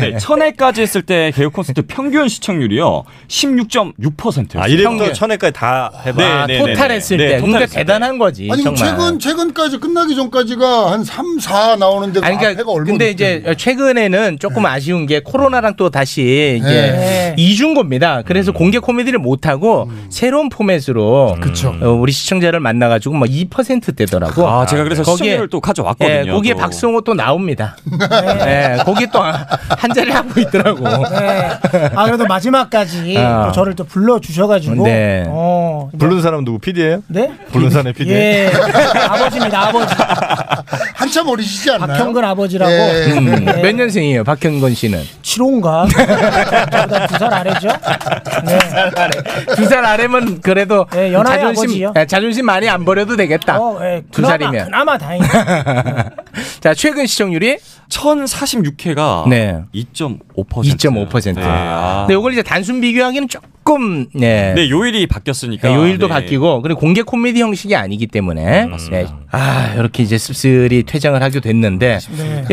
Speaker 10: 네. 천회까지 했을 때 개요 콘서트 평균 시청률이요 16.6%였어요.
Speaker 4: 아,
Speaker 3: 네.
Speaker 4: 이래부터 평균.
Speaker 10: 네. 천회까지 다
Speaker 4: 아, 토탈 했을 때. 그러니까 대단한 거지.
Speaker 8: 아니 그럼
Speaker 4: 정말.
Speaker 8: 최근 최근까지 끝나기 전까지가 한 3, 4 나오는데
Speaker 4: 아니, 그러니까
Speaker 8: 앞에가 얼마
Speaker 4: 근데 이제 최근에는 조금 아쉬운 게 코로나랑 또 다시 이제
Speaker 8: 네.
Speaker 4: 이준 겁니다. 그래서 공개 코미디를 못 하고 새로운 포맷으로 어, 우리 시청자를 만나 가지고 뭐 2%대더라고.
Speaker 10: 아, 제가 그래서 시청률을 또 가져왔거든요,
Speaker 4: 예, 거기에
Speaker 10: 또.
Speaker 4: 박성호 또 나옵니다. 예, 거기 또한 자리 하고 있더라고.
Speaker 7: 아 그래도 마지막까지
Speaker 3: 아.
Speaker 7: 또 저를 또 불러 주셔가지고
Speaker 3: 네.
Speaker 7: 어,
Speaker 3: 부른 사람 누구 PD예요?
Speaker 7: 네?
Speaker 3: 부른 사람의 PD.
Speaker 7: 예 아버지입니다 아버지
Speaker 8: 한참 어리시지 않나요?
Speaker 7: 박형근 아버지라고 예.
Speaker 4: 음, 몇 년생이에요, 박형건 씨는? [laughs]
Speaker 7: 7호인가 두살 아래죠 네.
Speaker 4: 두 살 아래면 그래도
Speaker 7: 예, 연하의
Speaker 4: 자존심
Speaker 7: 아버지요.
Speaker 4: 예, 자존심 많이 안 버려도 되겠다. 두
Speaker 7: 어, 예. 그나마,
Speaker 4: 살이면.
Speaker 7: 그나마 다행이다
Speaker 4: 자 최근 시청률이
Speaker 10: 1046회가
Speaker 4: 네.
Speaker 10: 2.5%.
Speaker 4: 2.5%.
Speaker 10: 네. 아.
Speaker 4: 근데 이걸 이제 단순 비교하기는 조금 네.
Speaker 10: 네, 요일이
Speaker 3: 그러니까.
Speaker 10: 바뀌었으니까.
Speaker 4: 네, 요일도
Speaker 10: 네.
Speaker 4: 바뀌고 그리고 공개 코미디 형식이 아니기 때문에 네. 아 이렇게 이제 씁쓸히 퇴장을 하게 됐는데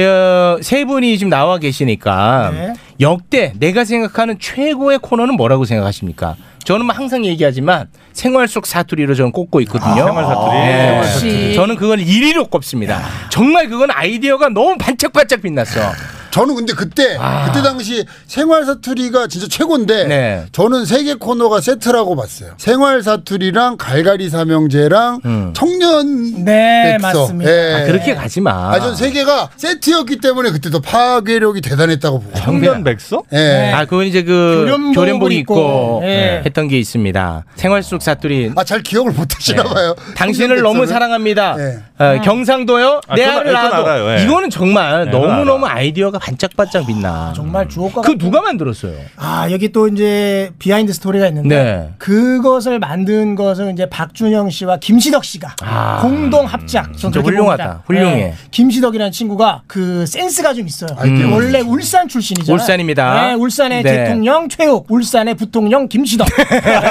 Speaker 4: 어, 세 분이 지금 나와 계시니까
Speaker 7: 네.
Speaker 4: 역대 내가 생각하는 최고의 코너는 뭐라고 생각하십니까? 저는 뭐 항상 얘기하지만 생활 속 사투리로 저는 꼽고 있거든요.
Speaker 3: 아, 생활 사투리.
Speaker 4: 네.
Speaker 3: 생활 사투리.
Speaker 4: 저는 그걸 1위로 꼽습니다. 정말 그건 아이디어가 너무 반짝반짝 빛났어. 아,
Speaker 8: 저는 근데 그때 그때 당시 생활 사투리가 진짜 최고인데
Speaker 4: 네.
Speaker 8: 저는 세 개 코너가 세트라고 봤어요. 생활 사투리랑 갈갈이 삼형제랑 청년
Speaker 7: 네
Speaker 8: 백서.
Speaker 7: 맞습니다
Speaker 8: 예.
Speaker 4: 음. 아, 그렇게 가지 마.
Speaker 8: 아, 전세 개가 세트였기 때문에 그때 더 파괴력이 대단했다고 보고.
Speaker 4: 청년 백서?
Speaker 7: 네.
Speaker 8: 예.
Speaker 4: 아, 그건 이제 그
Speaker 8: 교련복을
Speaker 4: 교련복 입고,
Speaker 8: 입고, 예.
Speaker 4: 했던 게 있습니다. 생활 속 사투리.
Speaker 8: 아, 잘 기억을 못 하시나 봐요.
Speaker 4: 네. 당신을
Speaker 8: 청년
Speaker 4: 너무
Speaker 8: 백서는. 네.
Speaker 4: 사랑합니다. 어, 경상도요?
Speaker 3: 네. 아,
Speaker 4: 내
Speaker 3: 그건-
Speaker 4: 아를
Speaker 3: 그건
Speaker 4: 낳아도.
Speaker 3: 알아요, 예.
Speaker 4: 이거는 정말
Speaker 3: 예, 그건
Speaker 4: 너무너무 아이디어가 반짝반짝 빛나.
Speaker 7: 정말 주옥과
Speaker 4: 그 누가 만들었어요?
Speaker 7: 아 여기 또 이제 비하인드 스토리가 있는데
Speaker 4: 네.
Speaker 7: 그것을 만든 것은 이제 박준영 씨와 김시덕 씨가
Speaker 4: 아.
Speaker 7: 공동 합작. 저는
Speaker 4: 진짜
Speaker 7: 그렇게
Speaker 4: 훌륭하다.
Speaker 7: 봅니다. 네.
Speaker 4: 훌륭해.
Speaker 7: 김시덕이라는 친구가 그 센스가 좀 있어요.
Speaker 4: 음.
Speaker 7: 원래 울산 출신이잖아요.
Speaker 4: 울산입니다.
Speaker 7: 네, 울산의
Speaker 4: 네.
Speaker 7: 대통령 최욱, 울산의 부통령
Speaker 4: [laughs]
Speaker 7: 김시덕. 네,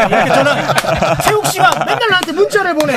Speaker 7: 이렇게 저는 최욱 씨가 맨날 나한테 문자를 보내.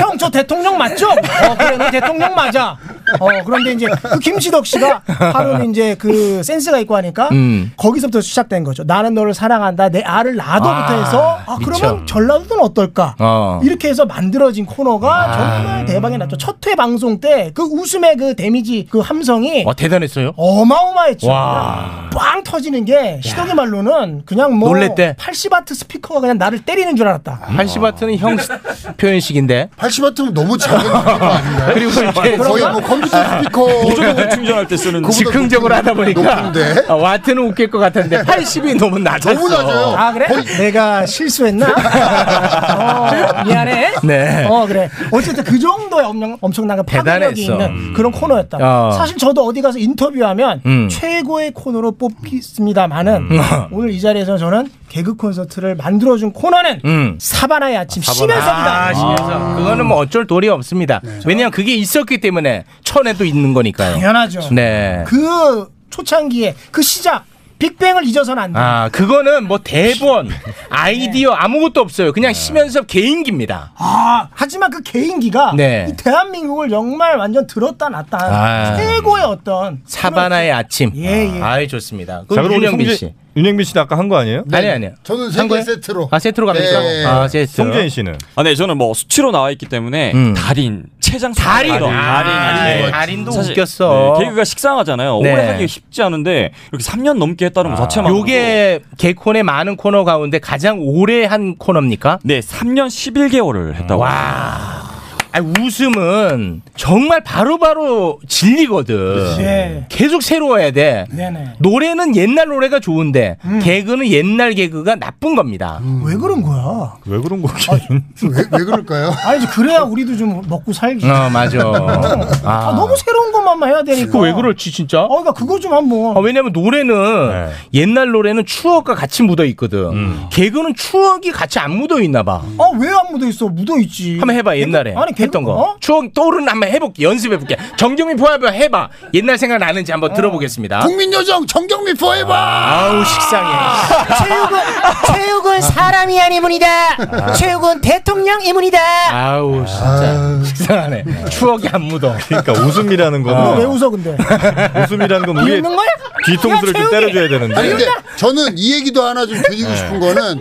Speaker 7: 형 저 대통령 맞죠? 어 그래 너 대통령 맞아. 어 그런데 이제 그 김시덕 씨가 하루는 이제 그 센스가 있고 하니까
Speaker 2: 음.
Speaker 7: 거기서부터 시작된 거죠. 나는 너를 사랑한다. 내 알을 낳아도부터
Speaker 2: 아,
Speaker 7: 해서 아
Speaker 2: 미쳐.
Speaker 7: 그러면 전라도는 어떨까?
Speaker 2: 어.
Speaker 7: 이렇게 해서 만들어진 코너가 정말 대박이 났죠. 첫 회 방송 때 그 웃음의 그 데미지 그 함성이
Speaker 4: 와, 대단했어요.
Speaker 7: 어마어마했죠.
Speaker 4: 와.
Speaker 7: 빵 터지는 게 시덕이 말로는 그냥 뭐
Speaker 4: 놀랬대.
Speaker 7: 80와트 스피커가 그냥 나를 때리는 줄 알았다.
Speaker 4: 80와트는 형 시- 표현식인데.
Speaker 8: 80와트면 너무
Speaker 4: [laughs]
Speaker 8: 작은 거 네? 아닌가요?
Speaker 4: 그리고 이렇게
Speaker 8: 거의 뭐 컴퓨터
Speaker 4: 아,
Speaker 8: 스피커
Speaker 4: 보조기를
Speaker 10: 충전할 때 쓰는
Speaker 4: 그 즉흥적으로 하다 보니까
Speaker 8: 높은데?
Speaker 4: 아, 와트는 웃길 것 같았는데 80이 너무 낮았어.
Speaker 7: 아 그래? 내가 실수했나? 어, 미안해.
Speaker 4: 네.
Speaker 7: 어 그래. 어쨌든 그 정도의 엄청, 엄청난 그 파급력이
Speaker 4: 대단했어. 음.
Speaker 7: 있는 그런 코너였다.
Speaker 4: 어.
Speaker 7: 사실 저도 어디 가서 인터뷰하면
Speaker 4: 음.
Speaker 7: 최고의 코너로 뽑히습니다만은
Speaker 4: 음. [laughs]
Speaker 7: 오늘 이 자리에서 저는 개그 콘서트를 만들어준 코너는
Speaker 4: 음.
Speaker 7: 사바나의 아침 심연섭이다.
Speaker 4: 아, 심연섭. 그거는 뭐 어쩔 도리 없습니다. 왜냐면 그게 있었기 때문에 천에도 있는 거니까요.
Speaker 7: 당연하죠.
Speaker 4: 네.
Speaker 7: 그 초창기에 그 시작 빅뱅을 잊어서는 안 돼.
Speaker 4: 아, 그거는 뭐 대본,
Speaker 7: 네.
Speaker 4: 아이디어 아무것도 없어요. 그냥 심연섭 개인기입니다.
Speaker 7: 아, 하지만 그 개인기가
Speaker 4: 네.
Speaker 7: 이 대한민국을 정말 완전 들었다 놨다
Speaker 4: 아.
Speaker 7: 최고의 어떤
Speaker 4: 사바나의 아침.
Speaker 7: 예, 예.
Speaker 4: 아이 좋습니다.
Speaker 3: 자,
Speaker 4: 그럼
Speaker 3: 그럼 우리
Speaker 4: 윤영빈
Speaker 3: 송재-
Speaker 4: 씨. 네.
Speaker 3: 윤영빈 씨는 아까 한 거 아니에요?
Speaker 7: 네.
Speaker 4: 아니 아니요.
Speaker 8: 저는
Speaker 4: 한 거예요?
Speaker 8: 세트로. 예,
Speaker 4: 아 세트로 갑니까?
Speaker 10: 네.
Speaker 4: 아 세트.
Speaker 10: 송재인
Speaker 3: 씨는?
Speaker 10: 아, 네, 저는 뭐 수치로 나와 있기 때문에 달인, 최장
Speaker 4: 음. 달인. 아, 달인.
Speaker 10: 네.
Speaker 4: 달인도
Speaker 10: 사실,
Speaker 4: 웃겼어.
Speaker 10: 네, 개그가 식상하잖아요.
Speaker 4: 네. 아.
Speaker 10: 오래 하기 쉽지 않은데 이렇게 3년 넘게 했다는 것 자체만.
Speaker 4: 요게 개콘의 많은 코너 가운데 가장 오래 한 코너입니까?
Speaker 10: 네, 3년 11개월을 했다고.
Speaker 4: 와. 아 웃음은 정말 바로바로 질리거든.
Speaker 7: 예.
Speaker 4: 계속 새로워야 돼.
Speaker 7: 네네.
Speaker 4: 노래는 옛날 노래가 좋은데 개그는 옛날 개그가 나쁜 겁니다.
Speaker 7: 왜 그런 거야?
Speaker 3: 왜 그런 거지?
Speaker 8: 왜, 왜 그럴까요?
Speaker 7: 아니 이제 그래야 우리도 좀 먹고 살지.
Speaker 4: 어 맞아.
Speaker 7: 아, 너무 새로운 것만만 해야 되니까.
Speaker 4: 그거 왜 그럴지 진짜? 어,
Speaker 7: 그러니까 그거 좀 한번.
Speaker 4: 아, 왜냐면 노래는 옛날 노래는 추억과 같이 묻어 있거든. 개그는 추억이 같이 안 묻어 있나 봐.
Speaker 7: 아 왜 안 묻어 있어? 묻어 있지.
Speaker 4: 한번 해봐, 옛날에.
Speaker 7: 음. 아니 어?
Speaker 4: 했던 거. 어. 추억 떠오르는 한번 해볼게. 연습해볼게. 정경민 포함해 해봐. 옛날 생각 나는지 한번 들어보겠습니다.
Speaker 8: [laughs] 국민요정 정경민 포에버.
Speaker 4: 아우 식상해.
Speaker 7: 체육은 체육은 사람이 아닌 문이다. 체육은 대통령 이문이다.
Speaker 4: 아우 진짜 식상하네. 추억이 안 묻어.
Speaker 3: 그러니까 웃음이라는 거는
Speaker 7: 아, 왜
Speaker 4: [laughs]
Speaker 7: 웃어 근데?
Speaker 3: 웃음이라는 건 우리의
Speaker 7: 비웃는 거야?
Speaker 3: 뒤통수를
Speaker 7: 야,
Speaker 3: 좀
Speaker 7: 채우기.
Speaker 3: 때려줘야 되는데.
Speaker 8: 아니 근데 저는 이 얘기도 하나 좀 드리고
Speaker 3: 네.
Speaker 8: 싶은 거는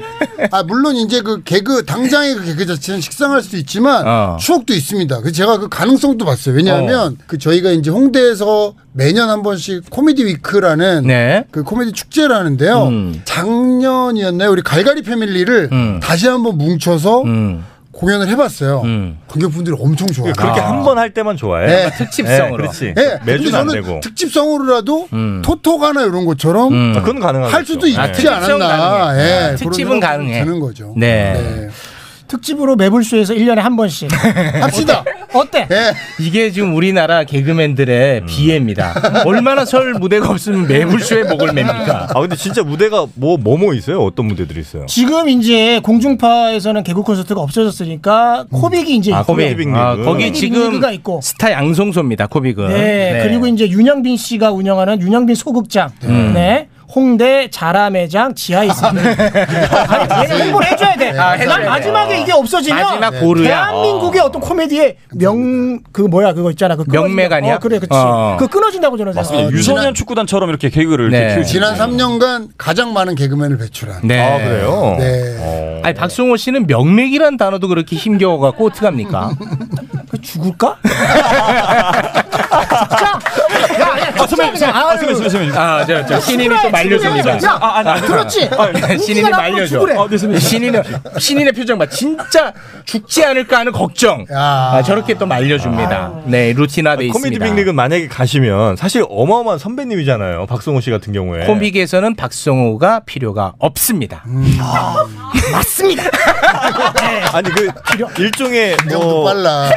Speaker 8: 아 물론 이제 그 개그 당장의 그 개그 자체는 식상할 수도 있지만
Speaker 3: 어.
Speaker 8: 추억도 있습니다. 그 제가 그 가능성도 봤어요. 왜냐하면 그 저희가 이제 홍대에서 매년 한 번씩 코미디 위크라는
Speaker 3: 네.
Speaker 8: 그 코미디 축제라는데요. 작년이었나요? 우리 갈갈이 패밀리를 다시 한번 뭉쳐서 공연을 해봤어요. 관객분들이 엄청 좋아요.
Speaker 13: 그렇게 한 번 할 때만 좋아해.
Speaker 8: 네.
Speaker 13: 네, 그렇지. 매주는
Speaker 8: 네,
Speaker 13: 안
Speaker 8: 근데 저는
Speaker 13: 되고.
Speaker 8: 특집성으로라도
Speaker 13: 음.
Speaker 8: 토토가나 이런 것처럼
Speaker 13: 음. 아, 그건 가능하겠죠.
Speaker 8: 할 수도 있지
Speaker 13: 아,
Speaker 3: 네.
Speaker 4: 특집성은
Speaker 8: 않았나.
Speaker 4: 가능해.
Speaker 8: 예,
Speaker 4: 아, 특집은
Speaker 8: 그런 생각도
Speaker 4: 가능해.
Speaker 8: 드는 거죠.
Speaker 4: 네.
Speaker 7: 특집으로 매불쇼에서 1년에 한 번씩
Speaker 8: 합시다.
Speaker 7: 어때?
Speaker 4: 이게 지금 우리나라 개그맨들의 비애입니다. 얼마나 설 무대가 없으면 매불쇼에 목을 맵니까?
Speaker 13: 아 근데 진짜 무대가 뭐 뭐 뭐 있어요? 어떤 무대들이 있어요?
Speaker 7: 지금 이제 공중파에서는 개그 콘서트가 없어졌으니까 코빅이 이제 있고.
Speaker 4: 아, 거기
Speaker 7: 코빅
Speaker 4: 지금
Speaker 7: 빅리그가 있고.
Speaker 4: 스타 양송소입니다. 코빅은.
Speaker 7: 네, 그리고 이제 윤영빈 씨가 운영하는 윤영빈 소극장.
Speaker 4: 음.
Speaker 7: 네. 홍대 자라매장 지하에 있습니다. [laughs] 아니, 얘는 홍보를 해줘야 돼.
Speaker 4: 네, 아, 해줘야
Speaker 7: 난
Speaker 4: 돼.
Speaker 7: 마지막에
Speaker 4: 어.
Speaker 7: 이게 없어지면
Speaker 4: 마지막 보루야.
Speaker 7: 대한민국의 어. 떤 코미디의 명 그 뭐야 그거 있잖아. 그 끊어진다.
Speaker 10: 명맥 아니야?
Speaker 7: 어, 그래, 그치.
Speaker 10: 어.
Speaker 7: 그 끊어진다고 저는
Speaker 10: 맞습니다.
Speaker 7: 생각해요.
Speaker 10: 유소년 축구단처럼 이렇게 개그를
Speaker 4: [laughs]
Speaker 10: 이렇게 키우고
Speaker 8: 지난
Speaker 10: 있어요.
Speaker 8: 3년간 가장 많은 개그맨을 배출한.
Speaker 4: 네.
Speaker 3: 아,
Speaker 8: 네.
Speaker 4: 아니 박승호 씨는 명맥이란 단어도 그렇게 힘겨워 갖고 어떡합니까?
Speaker 7: 죽을까?
Speaker 4: [laughs]
Speaker 10: 아, 선배님, 선배님, 아, 선배님, 선배님, 선배님.
Speaker 4: 아, 저, 저 신인이 또 말려줍니다.
Speaker 10: 야, 아, 아니, 아니.
Speaker 7: 그렇지.
Speaker 4: 신인이
Speaker 7: 우리가
Speaker 4: 말려줘.
Speaker 7: 앞으로 죽으래.
Speaker 4: 어, 네, 선배님. 신인의 신인의 표정 봐. 진짜 죽지 않을까 하는 걱정. 아, 저렇게 또 말려줍니다. 네, 루틴화돼
Speaker 13: 코미디
Speaker 4: 있습니다.
Speaker 13: 빅리그 만약에 가시면 사실 어마어마한 선배님이잖아요. 박성호 씨 같은 경우에.
Speaker 4: 네. 코빅에서는 박성호가 필요가 없습니다.
Speaker 7: 음.
Speaker 4: 아,
Speaker 7: [laughs] 맞습니다.
Speaker 13: 아니 그 일종의 뭐
Speaker 8: 빨라.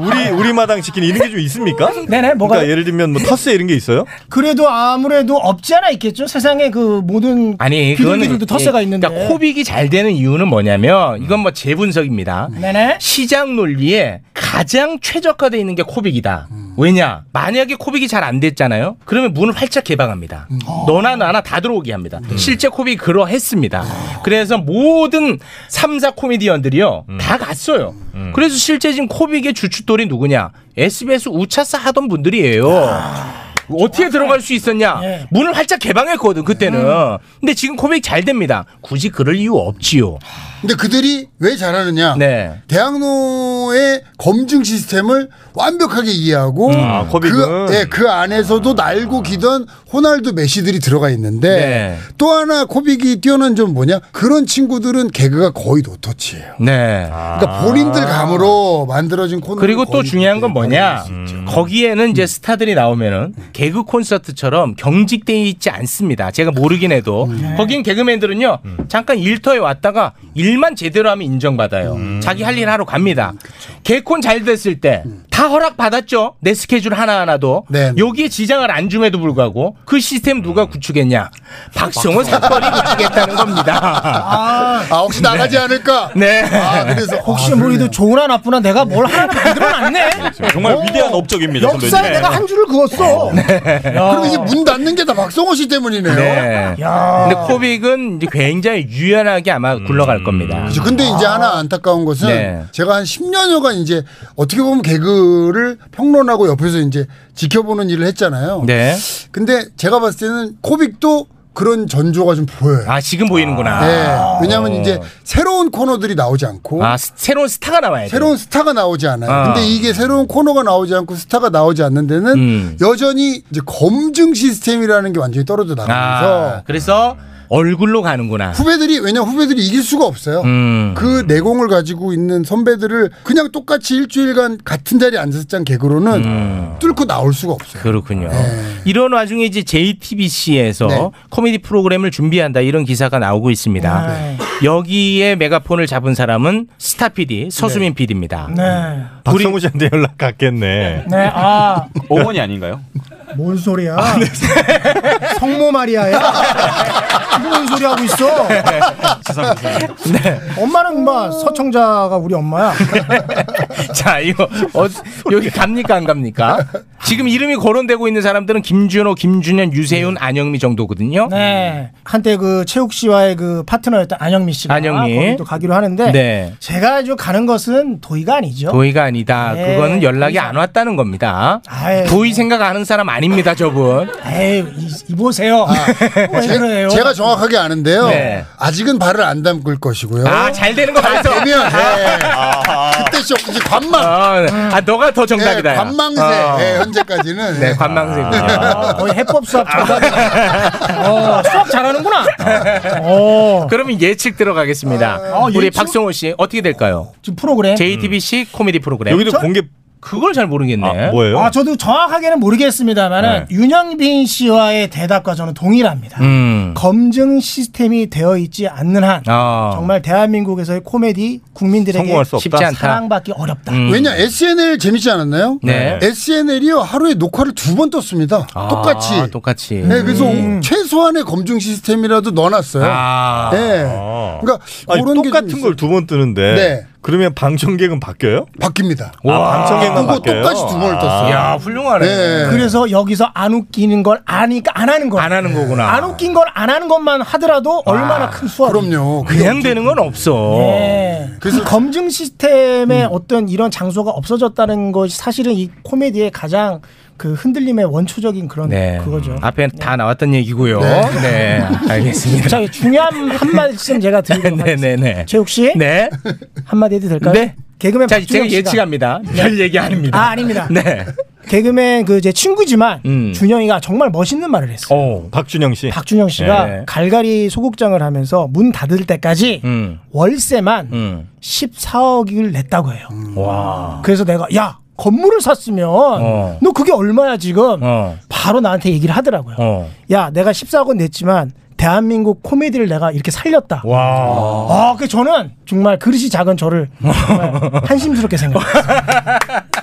Speaker 13: 우리 우리 마당 지키는 이런 게 좀 있습니까?
Speaker 7: 네네 뭐가
Speaker 13: 그러니까 예를 들면 뭐 터스 이런 게 있어요?
Speaker 7: 그래도 아무래도 없지 않아 있겠죠. 세상에 그 모든
Speaker 4: 아니
Speaker 7: 비둘기들도 터세가
Speaker 4: 예,
Speaker 7: 있는데.
Speaker 4: 그러니까 코빅이 잘 되는 이유는 뭐냐면 이건 뭐
Speaker 7: 음.
Speaker 4: 재분석입니다.
Speaker 7: 네네.
Speaker 4: 시장 논리에 가장 최적화되어 있는 게 코빅이다. 왜냐? 만약에 코빅이 잘 안 됐잖아요. 그러면 문을 활짝 개방합니다. 너나 나나 다 들어오게 합니다. 실제 코빅이 그러했습니다. 그래서 모든 3사 코미디언들이요. 다 갔어요. 그래서 실제 지금 코빅의 주춧돌이 누구냐? SBS 우차사 하던 분들이에요. 어떻게 들어갈 수 있었냐? 문을 활짝 개방했거든 그때는. 근데 지금 코빅 잘 됩니다. 굳이 그럴 이유 없지요.
Speaker 8: 근데 그들이 왜 잘하느냐?
Speaker 4: 네.
Speaker 8: 대학로의 검증 시스템을 완벽하게 이해하고
Speaker 13: 아,
Speaker 8: 그,
Speaker 13: 코빅은?
Speaker 8: 예, 그 안에서도 날고 기던 호날두 메시들이 들어가 있는데
Speaker 13: 네.
Speaker 8: 또 하나 코빅이 뛰어난 점 뭐냐? 그런 친구들은 개그가 거의 노터치예요.
Speaker 4: 네.
Speaker 8: 그러니까 본인들 감으로 만들어진 코너
Speaker 4: 그리고 또 중요한
Speaker 7: 네,
Speaker 4: 건 뭐냐? 거기에는
Speaker 7: 음.
Speaker 4: 이제 스타들이 나오면은 개그 콘서트처럼 경직돼 있지 않습니다. 제가 모르긴 해도
Speaker 7: 음. 네.
Speaker 4: 거긴 개그맨들은요 잠깐 일터에 왔다가 일만 제대로 하면 인정받아요. 자기 할 일 하러 갑니다.
Speaker 7: 음,
Speaker 4: 개콘 잘 됐을 때 다 허락 받았죠. 내 스케줄 하나 하나도
Speaker 8: 네.
Speaker 4: 여기에 지장을 안 줌에도 불구하고 그 시스템 누가 구축했냐? 박성호 사건이 구축했다는 겁니다.
Speaker 8: 아, 혹시 나가지 않을까?
Speaker 4: 음. 네.
Speaker 8: 아, 그래서
Speaker 7: 혹시 모르도 좋으나 나쁘나 내가 뭘 하나 만들어놨네.
Speaker 4: [laughs]
Speaker 9: 정말 위대한 업적입니다,
Speaker 7: 네.
Speaker 4: 네.
Speaker 7: 역사에
Speaker 9: 선배님.
Speaker 7: 내가 한 줄을 그었어.
Speaker 8: 네. 그럼 이게 문 닫는 게 다 박성호 씨 때문이네요.
Speaker 4: 네. 근데 코빅은 이제 굉장히 유연하게 아마 굴러갈 겁니다.
Speaker 8: 음. 그죠. 근데 이제 하나 안타까운 것은
Speaker 4: 아. 네.
Speaker 8: 제가 한 10년여간 이제 어떻게 보면 개그를 평론하고 옆에서 이제 지켜보는 일을 했잖아요.
Speaker 4: 네.
Speaker 8: 근데 제가 봤을 때는 코빅도 그런 전조가 좀 보여요.
Speaker 4: 아 지금 보이는구나.
Speaker 8: 네. 왜냐하면 이제 새로운 코너들이 나오지 않고
Speaker 4: 아 스- 새로운 스타가 나와야 돼.
Speaker 8: 네. 새로운 스타가 나오지
Speaker 4: 네.
Speaker 8: 않아요.
Speaker 4: 아.
Speaker 8: 근데 이게 새로운 코너가 나오지 않고 스타가 나오지 않는 데는
Speaker 4: 음.
Speaker 8: 여전히 이제 검증 시스템이라는 게 완전히 떨어져 나가면서
Speaker 4: 아, 그래서 얼굴로 가는구나.
Speaker 8: 후배들이 왜냐 면 후배들이 이길 수가 없어요.
Speaker 4: 음.
Speaker 8: 그 내공을 가지고 있는 선배들을 그냥 똑같이 일주일간 같은 자리에 앉아서 짠 개그로는
Speaker 4: 음.
Speaker 8: 뚫고 나올 수가 없어요.
Speaker 4: 그렇군요. 이런 와중에 이제 JTBC에서
Speaker 8: 네.
Speaker 4: 코미디 프로그램을 준비한다 이런 기사가 나오고 있습니다.
Speaker 8: 네.
Speaker 4: 여기에 메가폰을 잡은 사람은 스타 PD
Speaker 8: 네.
Speaker 4: 서수민 PD입니다.
Speaker 7: 네.
Speaker 13: 박성호 씨한테 연락 갔겠네.
Speaker 7: 네. 아.
Speaker 10: 어머니 아닌가요?
Speaker 7: 뭔 소리야? [laughs] 성모 마리아야? 뭔 소리 하고 있어? 네. 엄마는 막 서청자가 우리 엄마야.
Speaker 4: [laughs] 자, 이거 어, 여기 갑니까 안 갑니까? 지금 이름이 거론되고 있는 사람들은 김준호, 김준현, 유세윤, 안영미 정도거든요.
Speaker 7: 네. 한때 그 최욱 씨와의 그 파트너였던 안영미 씨가
Speaker 4: 안영미.
Speaker 7: 거기도 가기로 하는데
Speaker 4: 네.
Speaker 7: 제가 저 가는 것은 도의가 아니죠.
Speaker 4: 도의가 아니다.
Speaker 7: 네,
Speaker 4: 그거는 연락이 안 왔다는 겁니다.
Speaker 7: 아이.
Speaker 4: 도의 생각 아는 사람 아닙니다, 저분.
Speaker 7: 에이, 이, 보세요. 어, 왜 아, 그래요?
Speaker 8: 제가 정확하게 아는데요.
Speaker 4: 네.
Speaker 8: 아직은 발을 안 담글 것이고요.
Speaker 4: 아, 잘 되는 거
Speaker 8: 잘
Speaker 4: 맞죠?
Speaker 8: 되면 예. 그때 쇼 이제 관망.
Speaker 4: 아, 네. 아, 너가 더 정답이다.
Speaker 8: 예,
Speaker 4: 야.
Speaker 8: 관망세
Speaker 4: 어.
Speaker 8: 예, 현재까지는.
Speaker 4: 네,
Speaker 8: 예.
Speaker 4: 관망세군요.
Speaker 7: 거의 어, 해법 수업 정답이야. 어, 수업 잘하는구나.
Speaker 4: 그러면 예측 들어가겠습니다. 우리
Speaker 7: 예측?
Speaker 4: 박성호 씨 어떻게 될까요?
Speaker 7: 지금 프로그램.
Speaker 4: JTBC 코미디 프로그램.
Speaker 7: 네. 음. 여기도 저- 공개-
Speaker 4: 그걸 잘 모르겠네.
Speaker 7: 아, 저도 정확하게는 모르겠습니다만은 윤영빈 씨와의 대답과 저는 동일합니다.
Speaker 4: 네. 음.
Speaker 7: 검증 시스템이 되어 있지 않는 한
Speaker 4: 아.
Speaker 7: 정말 대한민국에서의 코미디 국민들에게
Speaker 4: 성공할 수 없다. 음. 쉽지 않다.
Speaker 7: 사랑받기 어렵다.
Speaker 13: 음.
Speaker 8: 왜냐 SNL 재밌지 않았나요?
Speaker 4: 네.
Speaker 8: SNL이요 하루에 녹화를 두 번 떴습니다. 똑같이.
Speaker 4: 아, 똑같이.
Speaker 8: 네, 그래서
Speaker 7: 음.
Speaker 8: 최소한의 검증 시스템이라도 넣어놨어요.
Speaker 13: 음. 아.
Speaker 8: 네.
Speaker 13: 아.
Speaker 8: 그러니까
Speaker 13: 아니,
Speaker 8: 그런 게좀
Speaker 13: 똑같은 걸 두 번 뜨는데
Speaker 8: 네.
Speaker 13: 그러면 방청객은 바뀌어요?
Speaker 8: 바뀝니다.
Speaker 13: 아, 방청객만
Speaker 8: 그거
Speaker 13: 바뀌어요. 아.
Speaker 8: 똑같이 두 번을
Speaker 7: 아.
Speaker 8: 떴어요.
Speaker 13: 야,
Speaker 4: 훌륭하네.
Speaker 7: 그래서 여기서 안 웃기는 걸 아니까 안 하는 거.
Speaker 4: 안 하는 거구나.
Speaker 7: 안 웃긴 걸 안 하는 것만 하더라도 얼마나 큰 수업.
Speaker 8: 그럼요.
Speaker 4: 그냥 되는 건 없어.
Speaker 7: 네. 그 검증 시스템의
Speaker 4: 음.
Speaker 7: 어떤 이런 장소가 없어졌다는 것이 사실은 이 코미디의 가장 그 흔들림의 원초적인 그런
Speaker 4: 네.
Speaker 7: 그거죠.
Speaker 4: 앞에 다 나왔던 얘기고요.
Speaker 7: 네.
Speaker 4: 네. 알겠습니다.
Speaker 7: 자, 중요한 한 말씀 제가 드리도록 하겠습니다.
Speaker 4: [laughs] 네네네.
Speaker 7: 최욱 씨.
Speaker 4: 네.
Speaker 7: 한마디 해도 될까요?
Speaker 4: 네.
Speaker 7: 개그맨
Speaker 4: 자,
Speaker 7: 박준영
Speaker 4: 제가
Speaker 7: 씨가-
Speaker 4: 예측합니다.
Speaker 7: 네.
Speaker 4: 별 얘기 아닙니다.
Speaker 7: 아, 아닙니다.
Speaker 4: 네.
Speaker 7: 개그맨 그 제 친구지만
Speaker 4: 음.
Speaker 7: 준영이가 정말 멋있는 말을 했어요.
Speaker 13: 어, 박준영 씨.
Speaker 7: 박준영 씨가
Speaker 13: 네.
Speaker 7: 갈갈이 소극장을 하면서 문 닫을 때까지
Speaker 13: 음.
Speaker 7: 월세만
Speaker 13: 음.
Speaker 7: 14억을 냈다고 해요.
Speaker 4: 와.
Speaker 7: 그래서 내가 야 건물을 샀으면
Speaker 4: 어.
Speaker 7: 너 그게 얼마야 지금
Speaker 4: 어.
Speaker 7: 바로 나한테 얘기를 하더라고요.
Speaker 4: 어.
Speaker 7: 야 내가 14억은 냈지만 대한민국 코미디를 내가 이렇게 살렸다. 아, 그 저는 정말 그릇이 작은 저를
Speaker 13: [laughs]
Speaker 7: 정말 한심스럽게 생각했어요.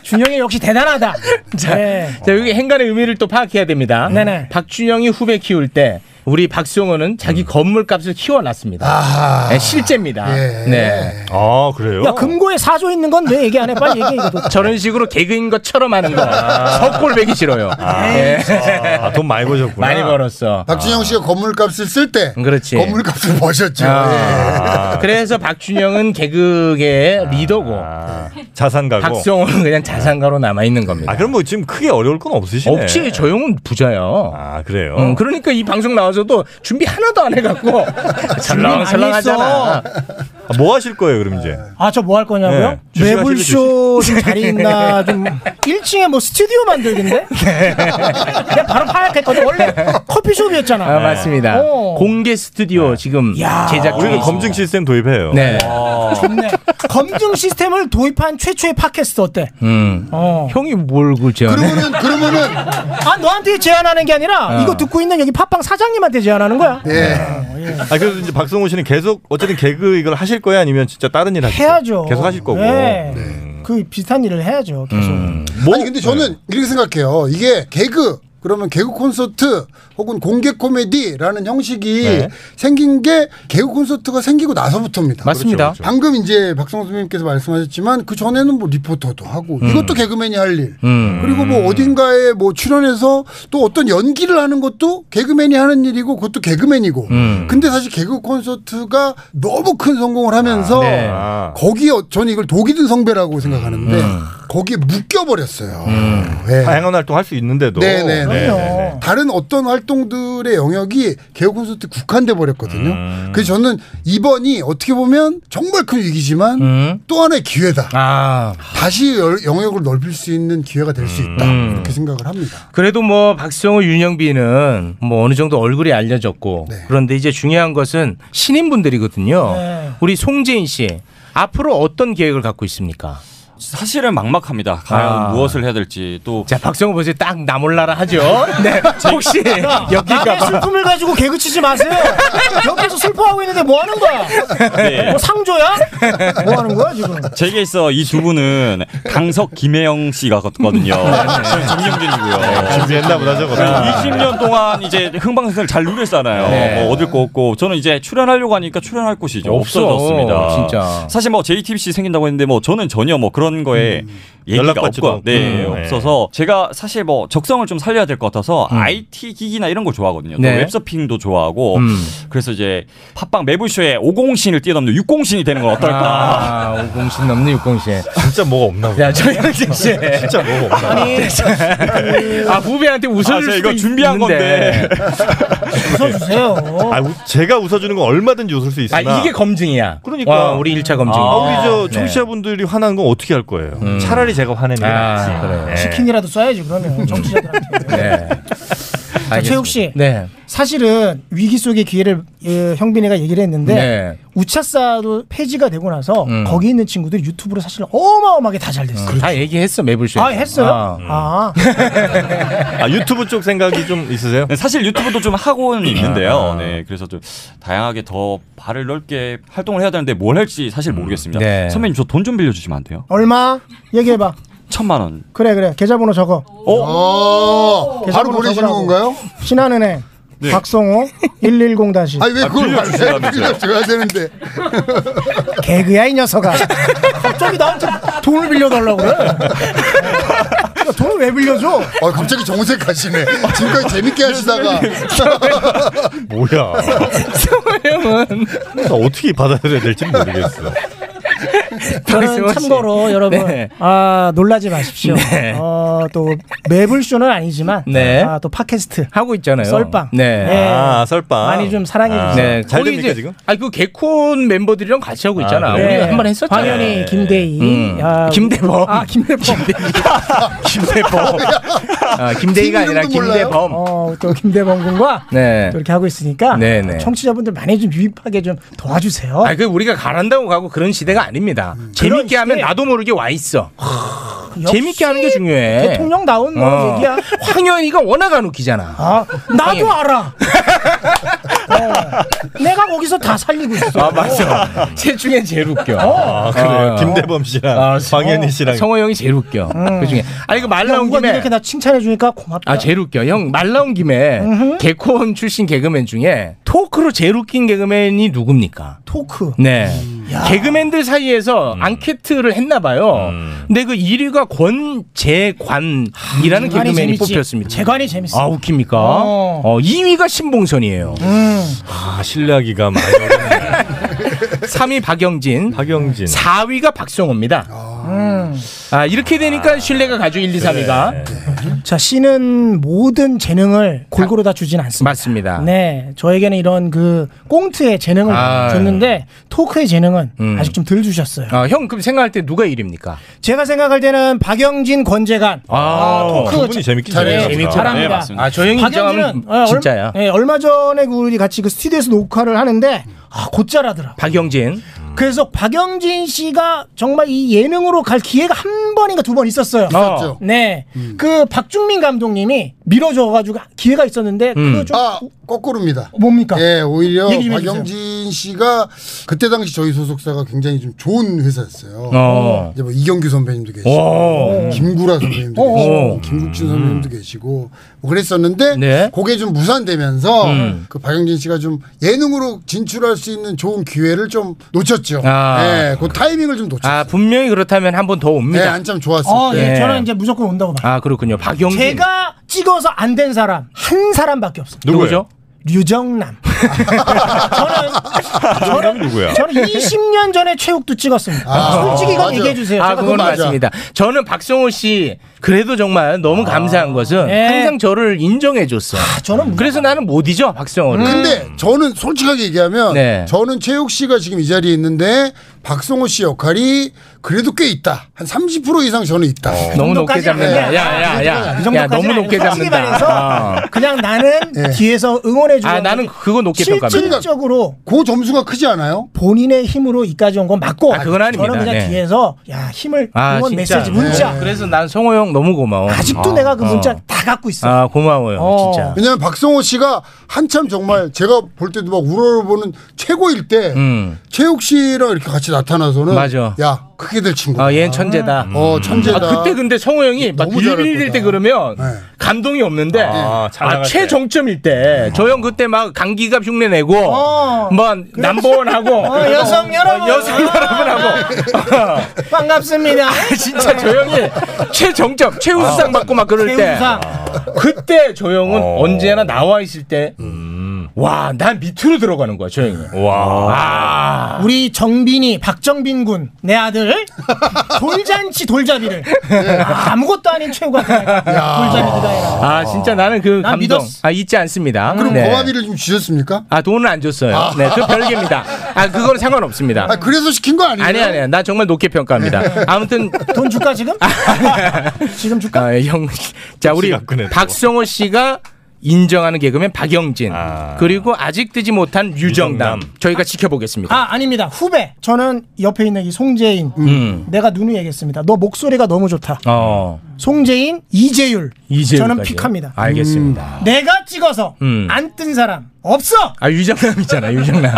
Speaker 7: 준영이 역시 대단하다.
Speaker 13: [laughs]
Speaker 4: 자,
Speaker 7: 네.
Speaker 4: 자, 여기 행간의 의미를 또 파악해야 됩니다.
Speaker 7: 네네.
Speaker 4: 박준영이 후배 키울 때 우리 박수영은 자기
Speaker 7: 음.
Speaker 4: 건물값을 키워놨습니다. 네, 실제입니다.
Speaker 7: 예.
Speaker 4: 네.
Speaker 13: 아, 그래요?
Speaker 7: 야 금고에 사조 있는 건 왜 얘기 안 해? 빨리 얘기해 이거.
Speaker 4: 저런 식으로 개그인 것처럼 하는 거. 석골 배기 싫어요. 네.
Speaker 13: 아, 돈 많이 버셨구나.
Speaker 4: 많이 벌었어. 음,
Speaker 8: 박진영 씨가 건물값을 쓸 때
Speaker 4: 그렇지.
Speaker 8: 건물값을 버셨죠. 예.
Speaker 4: 아. 그래서 박준영은 개그계의 리더고
Speaker 13: 아, 자산가고.
Speaker 4: 박성호는 아. 그냥 자산가로 남아 있는 겁니다.
Speaker 13: 아, 그럼 뭐 지금 크게 어려울 건 없으시네.
Speaker 4: 없지 저 형은 부자야.
Speaker 13: 아, 그래요.
Speaker 4: 음, 그러니까 이 방송 나와서도 준비 하나도 안 [laughs] 해갖고 설렁설렁하잖아.
Speaker 13: 아, 뭐 하실 거예요, 그럼 이제?
Speaker 7: 아 저 뭐 할 거냐고요?
Speaker 13: 네, 주식
Speaker 7: 매불쇼 좀 자리 있나
Speaker 13: [laughs]
Speaker 7: 좀 1층에 뭐 스튜디오 만들겠는데?
Speaker 13: 네.
Speaker 7: 그냥 바로 파악했거든. 원래 커피숍이었잖아.
Speaker 4: 아, 맞습니다.
Speaker 7: 어.
Speaker 4: 공개 스튜디오 지금 제작 중에
Speaker 13: 우리가 검증 시스템 도입해요.
Speaker 4: 아, 네.
Speaker 7: 좋네. 검증 시스템을 도입한 최초의 팟캐스트 어때?
Speaker 4: 음. 형이 뭘 그죠? 네?
Speaker 8: 그러면은 그러면은
Speaker 7: 아 너한테 제안하는 게 아니라
Speaker 13: 어.
Speaker 7: 이거 듣고 있는 여기 팟빵 사장님한테 제안하는 거야.
Speaker 8: 네.
Speaker 13: 아, 그래서 이제 박성호 씨는 계속 어쨌든 개그 이걸 하실 거예요, 아니면 진짜 다른 일 하실 거예요?
Speaker 7: 해야죠.
Speaker 13: 계속 하실 거고. 음.
Speaker 7: 네. 그 비슷한 일을 해야죠. 계속.
Speaker 13: 뭐?
Speaker 8: 아니 근데 저는 이렇게 생각해요. 이게 개그 그러면 개그 콘서트 혹은 공개 코미디라는 형식이
Speaker 4: 네.
Speaker 8: 생긴 게 개그 콘서트가 생기고 나서부터입니다.
Speaker 4: 맞습니다. 그렇죠, 그렇죠.
Speaker 8: 방금 이제 박성수 님께서 말씀하셨지만 그 전에는 뭐 리포터도 하고 이것도 개그맨이 할 일.
Speaker 4: 음.
Speaker 8: 그리고 뭐 어딘가에 뭐 출연해서 또 어떤 연기를 하는 것도 개그맨이 하는 일이고 그것도 개그맨이고.
Speaker 2: 음.
Speaker 8: 근데 사실 개그 콘서트가 너무 큰 성공을
Speaker 4: 아,
Speaker 8: 하면서
Speaker 4: 그렇죠.
Speaker 2: 네.
Speaker 13: 아,
Speaker 8: 거기에 어- 저는 이걸 독이든 성배라고 생각하는데 거기에 묶여버렸어요. 음.
Speaker 13: 다양한 활동 할 수 있는데도.
Speaker 8: 네네.
Speaker 13: 네, 네, 네.
Speaker 8: 다른 어떤 활동들의 영역이 개그 콘서트 국한돼 버렸거든요. 그래서 저는 이번이 어떻게 보면 정말 큰 위기지만 또 하나의 기회다.
Speaker 4: 아.
Speaker 8: 다시 열- 영역을 넓힐 수 있는 기회가 될 수 있다.
Speaker 4: 음.
Speaker 8: 그렇게 생각을 합니다.
Speaker 4: 그래도 뭐 박성호, 윤영빈은 뭐 어느 정도 얼굴이 알려졌고
Speaker 13: 네.
Speaker 4: 그런데 이제 중요한 것은
Speaker 13: 네.
Speaker 4: 신인분들이거든요. 우리 송재인 씨 앞으로 어떤 계획을 갖고 있습니까?
Speaker 10: 사실은 막막합니다. 과연
Speaker 4: 아.
Speaker 10: 무엇을 해야 될지 또
Speaker 4: 자 박성호 보세요. 딱 나몰라라
Speaker 13: [laughs]
Speaker 4: 하죠. 네. 혹시
Speaker 7: 야,
Speaker 4: 여기가
Speaker 7: 남의
Speaker 4: 봐.
Speaker 7: 슬픔을 가지고 개그치지 마세요. 옆에서 슬퍼하고 있는데 뭐 하는 거야?
Speaker 10: 네.
Speaker 7: 뭐 상조야? 뭐 하는 거야 지금?
Speaker 10: 제게 있어 이 두 분은 강석
Speaker 4: [laughs]
Speaker 10: 김혜영 씨가 같거든요.
Speaker 4: 네.
Speaker 10: 저는 정영진이고요.
Speaker 13: 네, 준비했나 보다, 저거. 아,
Speaker 10: 20년 그러니까 동안 이제 흥방생을 잘 누렸잖아요.
Speaker 13: 네.
Speaker 10: 뭐 얻을 거 없고 저는 이제 출연하려고 하니까 출연할 곳이 이제
Speaker 13: 없어,
Speaker 10: 없어졌습니다.
Speaker 13: 진짜.
Speaker 10: 사실 뭐 JTBC 생긴다고 했는데 뭐 저는 전혀 뭐 그런 거에 얘기가
Speaker 13: 음. 연락받지도
Speaker 10: 없고 네,
Speaker 13: 않고. 음, 네. 음.
Speaker 10: 없어서 제가 사실 뭐 적성을 좀 살려야 될 것 같아서 IT 기기나 이런 걸 좋아하거든요. 또
Speaker 13: 네.
Speaker 10: 웹서핑도 좋아하고
Speaker 13: 음.
Speaker 10: 그래서 이제 팟빵 매불쇼에 50신을 뛰어넘는 60신이 되는 건 어떨까?
Speaker 4: 아, 50신 넘는 60신.
Speaker 10: 진짜 뭐가 없나 보다.
Speaker 4: 야, 정영진 씨.
Speaker 13: [laughs]
Speaker 4: 진짜
Speaker 10: 뭐가 없나
Speaker 4: 아니, 아 후배한테 웃어줄
Speaker 13: 아, 제가
Speaker 4: 수도
Speaker 13: 이거 준비한
Speaker 4: 있는데.
Speaker 7: 웃어주세요.
Speaker 13: 아, 우- 제가 웃어주는 건 얼마든지 웃을 수
Speaker 4: 아
Speaker 13: 있으나.
Speaker 4: 이게 검증이야.
Speaker 13: 그러니까
Speaker 4: 와, 우리 1차 네. 검증. 음.
Speaker 13: 아, 우리 저 청취자분들이 화난 건 어떻게 할 거예요? 차라리 제가 화내는 게
Speaker 4: 아,
Speaker 13: 낫지.
Speaker 4: 그래요.
Speaker 13: 네.
Speaker 7: 치킨이라도 쏴야지 그러면 정치자들한테.
Speaker 4: 네.
Speaker 7: 자, 최욱 씨.
Speaker 4: 네.
Speaker 7: 사실은 위기 속의 기회를 예, 형빈이가 얘기를 했는데
Speaker 4: 네.
Speaker 7: 우차사도 폐지가 되고 나서
Speaker 4: 음.
Speaker 7: 거기 있는 친구들이 유튜브로 사실 어마어마하게 다 잘 됐어요.
Speaker 4: 다 얘기했어 매불쇼.
Speaker 7: 아 했어요? 아,
Speaker 10: 아 유튜브 쪽 생각이 좀
Speaker 4: [laughs]
Speaker 10: 있으세요? 네, 사실 유튜브도 좀 하고는 있는데요. 네, 그래서 좀 다양하게 더 발을 넓게 활동을 해야 되는데 뭘 할지 사실 모르겠습니다.
Speaker 7: 네.
Speaker 10: 선배님 저 돈 좀 빌려주시면 안 돼요?
Speaker 7: 얼마? 얘기해봐.
Speaker 10: 천만 원.
Speaker 7: 그래 그래 계좌번호 적어.
Speaker 8: 어? 바로 보내주는 건가요?
Speaker 7: 신한은행
Speaker 8: 네.
Speaker 7: 박성호 110 다시.
Speaker 8: 아니 왜 그걸 말해? [laughs] 빌려줘야 되는데.
Speaker 7: 개그야 이 녀석아. 갑자기 나한테 돈을 빌려달라고 그래. 야, 돈을 왜 빌려줘?
Speaker 8: 아 갑자기 정색하시네. 지금까지 재밌게 하시다가
Speaker 13: 뭐야. [laughs]
Speaker 4: 형은
Speaker 13: 나 어떻게 받아들여야 될지 모르겠어.
Speaker 7: 저는 참고로 여러분
Speaker 13: 네.
Speaker 7: 아 놀라지 마십시오.
Speaker 4: 네.
Speaker 7: 어, 또 매불쇼는 아니지만
Speaker 4: 네.
Speaker 7: 아, 또 팟캐스트
Speaker 4: 하고 있잖아요.
Speaker 7: 썰빵.
Speaker 4: 네.
Speaker 7: 예.
Speaker 13: 아, 썰빵.
Speaker 7: 많이 좀 사랑해
Speaker 4: 아,
Speaker 7: 주세요.
Speaker 4: 네. 거기 이제- 아니 그 개콘 멤버들이랑 같이 하고 있잖아.
Speaker 7: 아,
Speaker 4: 우리
Speaker 7: 그래요? 네.
Speaker 4: 한번 했었잖아. 음.
Speaker 7: 황현희, 김대희, 야,
Speaker 4: [laughs] 김대범. 아
Speaker 7: 김대범.
Speaker 4: 김대범. 아, 김대희가 아니라 김대범.
Speaker 7: 어, 또 김대범 군과
Speaker 4: 네.
Speaker 7: 또 이렇게 하고 있으니까
Speaker 4: 네, 네.
Speaker 7: 청취자분들 많이 좀 유입하게 좀 도와주세요.
Speaker 4: 아니 그 우리가 가란다고 가고 그런 시대가 아닙니다.
Speaker 7: 음.
Speaker 4: 재밌게 하면 나도 모르게 와 있어. 재밌게 하는 게 중요해.
Speaker 7: 아, 대통령 나온 뭐
Speaker 4: 어.
Speaker 7: 얘기야.
Speaker 4: 황현이가 워낙 안 웃기잖아.
Speaker 7: 아, 나도 알아. 어, 내가 거기서 다 살리고 있어.
Speaker 4: 아 맞아. 셋 중에 제일 웃겨.
Speaker 13: 아, 그래요? 김대범 씨랑
Speaker 4: 황현희 씨랑 성호 형이 제일 웃겨. 그 중에 아니 그 말
Speaker 7: 야,
Speaker 4: 나온
Speaker 7: 우가
Speaker 4: 김에
Speaker 7: 이렇게 나 칭찬해 주니까 고맙다.
Speaker 4: 아 제일 웃겨. 형 말 나온 김에 개콘 출신 개그맨 중에 토크로 제일 웃긴 개그맨이 누굽니까?
Speaker 7: 토크.
Speaker 4: 네. 개그맨들 사이에서 앙케트를 했나 봐요. 근데 그 1위가 권재관이라는
Speaker 7: 재관이
Speaker 4: 개그맨이
Speaker 7: 재밌지.
Speaker 4: 뽑혔습니다.
Speaker 7: 재관이 재밌어.
Speaker 4: 아 웃깁니까?
Speaker 7: 어.
Speaker 4: 어. 음. 2위가 신봉선이에요.
Speaker 13: 아, 신뢰하기가 많이.
Speaker 4: [laughs] 3위 박영진.
Speaker 13: 박영진.
Speaker 4: 4위가 박성호입니다. 아 이렇게 되니까 신뢰가 가죠 1, 2, 3위가.
Speaker 7: 자, 씨는 모든 재능을 골고루 다 주진 않습니다.
Speaker 4: 맞습니다.
Speaker 7: 네, 저에게는 이런 그 꽁트의 재능을
Speaker 4: 아.
Speaker 7: 줬는데 토크의 재능은
Speaker 4: 음.
Speaker 7: 아직 좀 덜 주셨어요.
Speaker 4: 아, 형 그럼 생각할 때 누가 1위입니까?
Speaker 7: 제가 생각할 때는 박영진, 권재관.
Speaker 4: 아,
Speaker 7: 토크
Speaker 13: 그분이
Speaker 7: 자-
Speaker 13: 재밌긴
Speaker 7: 잘해요.
Speaker 13: 잘해요.
Speaker 7: 재밌죠. 잘합니다. 네, 맞습니다.
Speaker 4: 아, 저 형이 인정하면
Speaker 7: 박영진은 어,
Speaker 4: 진짜야.
Speaker 7: 얼마, 네, 얼마 전에 그 우리 같이 그 스튜디오에서 녹화를 하는데 아, 곧잘하더라.
Speaker 4: 박영진.
Speaker 7: 그래서 박영진 씨가 정말 이 예능으로 갈 기회가 한 번인가 두 번 있었어요.
Speaker 4: 아. 있었죠. 음.
Speaker 7: 네. 그 박준민 감독님이 밀어줘가지고 기회가 있었는데 그거
Speaker 8: 음.
Speaker 7: 좀
Speaker 8: 아, 거꾸로입니다.
Speaker 7: 어, 뭡니까?
Speaker 8: 예, 오히려
Speaker 7: 얘기 좀 해주세요.
Speaker 8: 박영진 씨가 그때 당시 저희 소속사가 굉장히 좀 좋은 회사였어요.
Speaker 4: 어.
Speaker 8: 이제 뭐 이경규 선배님도
Speaker 7: 어.
Speaker 4: 오.
Speaker 8: 계시고, 김구라 선배님도
Speaker 4: 오.
Speaker 8: 계시고,
Speaker 7: 음.
Speaker 8: 김국진 선배님도 계시고 뭐 그랬었는데
Speaker 7: 네.
Speaker 8: 그게 좀 무산되면서
Speaker 4: 음.
Speaker 8: 그 박영진 씨가 좀 예능으로 진출할 수 있는 좋은 기회를 좀 놓쳤죠.
Speaker 4: 아.
Speaker 8: 예, 그 타이밍을 좀 놓쳤어요.
Speaker 4: 아 분명히 그렇다면 한 번 더 옵니다.
Speaker 8: 네, 한참 좋았을
Speaker 7: 어, 예,
Speaker 4: 네.
Speaker 7: 저는 이제 무조건 온다고 봐요.
Speaker 4: 아 그렇군요. 박영진.
Speaker 7: 제가 찍어서 안 된 사람 한 사람밖에 없어요.
Speaker 4: 누구죠? [laughs]
Speaker 7: 류정남.
Speaker 13: 저는 누구야?
Speaker 7: 저는 20년 전에 최욱도 찍었습니다. 솔직히 이건 얘기해 주세요.
Speaker 4: 아,
Speaker 7: 제가
Speaker 4: 그건
Speaker 7: 그거
Speaker 4: 맞습니다. 저는 박성호 씨 그래도 정말 너무 감사한 것은
Speaker 7: 예.
Speaker 4: 항상 저를 인정해 줬어.
Speaker 7: 아. 저는 뭐- 음.
Speaker 4: 그래서 나는 못 잊어 박성호를.
Speaker 8: 근데 저는 솔직하게 얘기하면
Speaker 4: 음. 네.
Speaker 8: 저는 최욱 씨가 지금 이 자리에 있는데 박성호 씨 역할이 그래도 꽤 있다. 한 30% 이상 저는 있다.
Speaker 4: 너무 높게 잡는다.
Speaker 8: 네.
Speaker 4: 아, 야야야. 야,
Speaker 7: 이 정도까지는
Speaker 4: 너무 높게
Speaker 7: 아니고
Speaker 4: 잡는다.
Speaker 7: 솔직히 말해서
Speaker 4: 아.
Speaker 7: 그냥 나는
Speaker 8: 예.
Speaker 7: 뒤에서 응원해 평가해 주는
Speaker 4: 아, 나는 그거 높게 평가합니다.
Speaker 7: 실질적으로
Speaker 8: 그 점수가 크지 않아요?
Speaker 7: 본인의 힘으로 이까지 온 건 맞고
Speaker 4: 아, 그건 아닙니다.
Speaker 7: 저는 그냥
Speaker 4: 네.
Speaker 7: 뒤에서 야 힘을 응원 메시지 문자
Speaker 4: 아, 네. 그래서 난 성호 형 너무 고마워.
Speaker 8: 아직도 내가 그 문자
Speaker 7: 다 갖고
Speaker 8: 있어.
Speaker 4: 아 고마워요 진짜.
Speaker 8: 왜냐면 박성호 씨가 한참 정말 제가 볼 때도 막 우러러보는 최고일 때
Speaker 4: 음.
Speaker 8: 최욱 씨랑 이렇게 같이 나타나서는
Speaker 4: 맞아.
Speaker 8: 야 크게 될 친구.
Speaker 4: 아, 얘는
Speaker 7: 음.
Speaker 4: 천재다.
Speaker 8: 어 천재다.
Speaker 4: 아, 그때 근데 성호 형이 막
Speaker 8: 너무 잘할
Speaker 4: 빌빌일 때 그러면
Speaker 7: 네.
Speaker 4: 감동이 없는데 아,
Speaker 13: 잘 나갈 때.
Speaker 4: 최정점일 때
Speaker 7: 음.
Speaker 4: 저 형 그때 막 감기가 흉내 내고 뭐 남보원 하고
Speaker 7: 어, 여성 여러분. 아.
Speaker 4: 여성 여러분하고
Speaker 7: 반갑습니다.
Speaker 4: [laughs] 진짜 조용히 최정점 최우수상 받고 막 그럴 때
Speaker 7: 아. 최우수상. 어.
Speaker 4: 그때 조영은 언제나 나와 있을
Speaker 7: 음.
Speaker 4: 때와난 밑으로 들어가는 거야 조영이 아, 와
Speaker 7: 우리 정빈이 박정빈 군 내 아들 돌잔치 돌잡이를 아무것도 아닌 최우가 돌잡이다 해라.
Speaker 4: 아 진짜 나는 그 감동
Speaker 7: 믿었어. 뭐
Speaker 4: 아 잊지 않습니다.
Speaker 8: 그럼
Speaker 4: 네.
Speaker 8: 고마비를 좀 주셨습니까?
Speaker 4: 아 돈은 안 줬어요.
Speaker 8: 아.
Speaker 4: 네, 그 별개입니다. 아 그건 상관없습니다.
Speaker 8: 아, 그래서 시킨 거 아니에요?
Speaker 4: 아니 아니, 나 정말 높게 평가합니다. 아무튼 아,
Speaker 7: 돈 줄까 지금? 지금 줄까?
Speaker 4: 형, 자 우리 박성호 씨가 인정하는 개그맨 박영진 그리고 아직 뜨지 못한 유정남 저희가 지켜보겠습니다.
Speaker 7: 아 아닙니다 후배 저는 옆에 있는 이 송재인
Speaker 4: 음.
Speaker 7: 내가 누누이 얘기했습니다 너 목소리가 너무 좋다
Speaker 4: 어
Speaker 7: 송재인 이재율 저는
Speaker 4: 이재율까지요?
Speaker 7: 픽합니다 음.
Speaker 4: 알겠습니다.
Speaker 7: 내가 찍어서
Speaker 4: 음.
Speaker 7: 안 뜬 사람 없어
Speaker 4: 아 유정남 있잖아 유정남.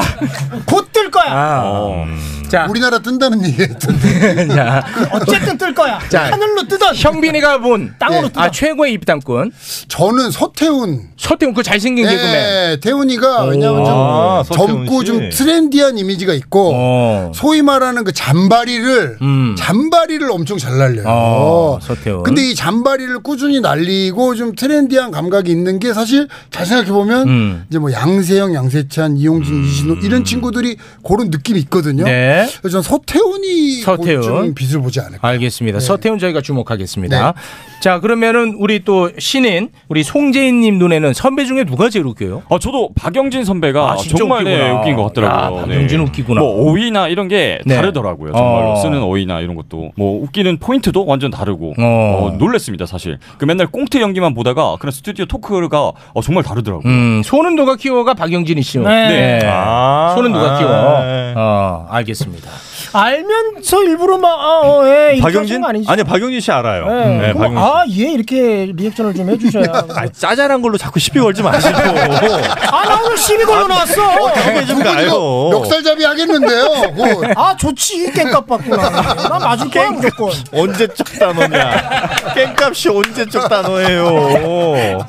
Speaker 7: 곧 뜰 거야
Speaker 4: 아, 자
Speaker 8: 우리나라 뜬다는 얘기했던데.
Speaker 4: 자,
Speaker 7: 어쨌든 뜰 거야
Speaker 4: 자,
Speaker 7: 하늘로 뜨던
Speaker 4: 형빈이가 본
Speaker 7: 땅으로 뜨던
Speaker 4: 아 최고의 입당꾼.
Speaker 8: 저는 서태훈.
Speaker 4: 서태훈 그 잘생긴 개그맨.
Speaker 8: 네, 태훈이가
Speaker 4: 오.
Speaker 8: 왜냐면 좀
Speaker 4: 아, 서태훈
Speaker 8: 어, 젊고
Speaker 4: 씨. 어.
Speaker 8: 좀 트렌디한 이미지가 있고 소위 말하는 그 잔바리를
Speaker 4: 음.
Speaker 8: 잔바리를 엄청 잘 날려요.
Speaker 4: 어, 서태훈.
Speaker 8: 근데 이 잔바리를 꾸준히 날리고 좀 트렌디한 감각이 있는 게 사실 잘 생각해 보면
Speaker 4: 음.
Speaker 8: 이제 뭐 양세형, 양세찬, 이용진, 이신호 이런 친구들이 그런 느낌이 있거든요.
Speaker 4: 네.
Speaker 8: 그래서 전 서태훈이
Speaker 4: 서태훈.
Speaker 8: 좀 빛을 보지 않을까. 네.
Speaker 4: 알겠습니다. 서태훈 저희가 주목하겠습니다. 자 그러면은 우리 또 신인 우리 송재인님 눈에는 선배 중에 누가 제일 웃겨요?
Speaker 10: 어 저도 박영진 선배가 정말 네, 웃긴 것 같더라고요.
Speaker 4: 아, 박영진
Speaker 10: 네.
Speaker 4: 웃기구나.
Speaker 10: 뭐 오이나 이런 게
Speaker 4: 네.
Speaker 10: 다르더라고요. 정말로
Speaker 4: 어.
Speaker 10: 쓰는 오이나 이런 것도 뭐 웃기는 포인트도 완전 다르고
Speaker 4: 어.
Speaker 10: 어, 놀랬습니다 사실. 그 맨날 꽁트 연기만 보다가 그런 스튜디오 토크가 어, 정말 다르더라고요.
Speaker 4: 음, 손은 누가 키워가 박영진이 씨요.
Speaker 10: 네. 아.
Speaker 4: 손은 누가
Speaker 10: 아.
Speaker 4: 키워. 어, 알겠습니다. [laughs]
Speaker 7: 알면서 일부러 막 아, 어, 예, 이렇게 하시는
Speaker 13: 박영진
Speaker 7: 거 아니죠
Speaker 13: 아니 박영진 씨 알아요.
Speaker 3: 음,
Speaker 7: 예.
Speaker 13: 네,
Speaker 7: 그럼
Speaker 13: 박영진.
Speaker 7: 아예 이렇게 리액션을 좀 해주셔야
Speaker 13: 아, 짜잘한 걸로 자꾸 시비 걸지 마시고. [laughs]
Speaker 7: 아나 오늘 시비 걸려
Speaker 3: 아,
Speaker 7: 나왔어
Speaker 3: 네.
Speaker 13: 다음에
Speaker 4: 아,
Speaker 13: 좀
Speaker 4: 그러니까
Speaker 13: 가요.
Speaker 8: 역살잡이 하겠는데요. 그거.
Speaker 7: 아 좋지 깽값 받고 나 맞을 거야 무조건
Speaker 13: 언제 쪽 단어냐? 깽값이 언제 쪽 아. 단어예요?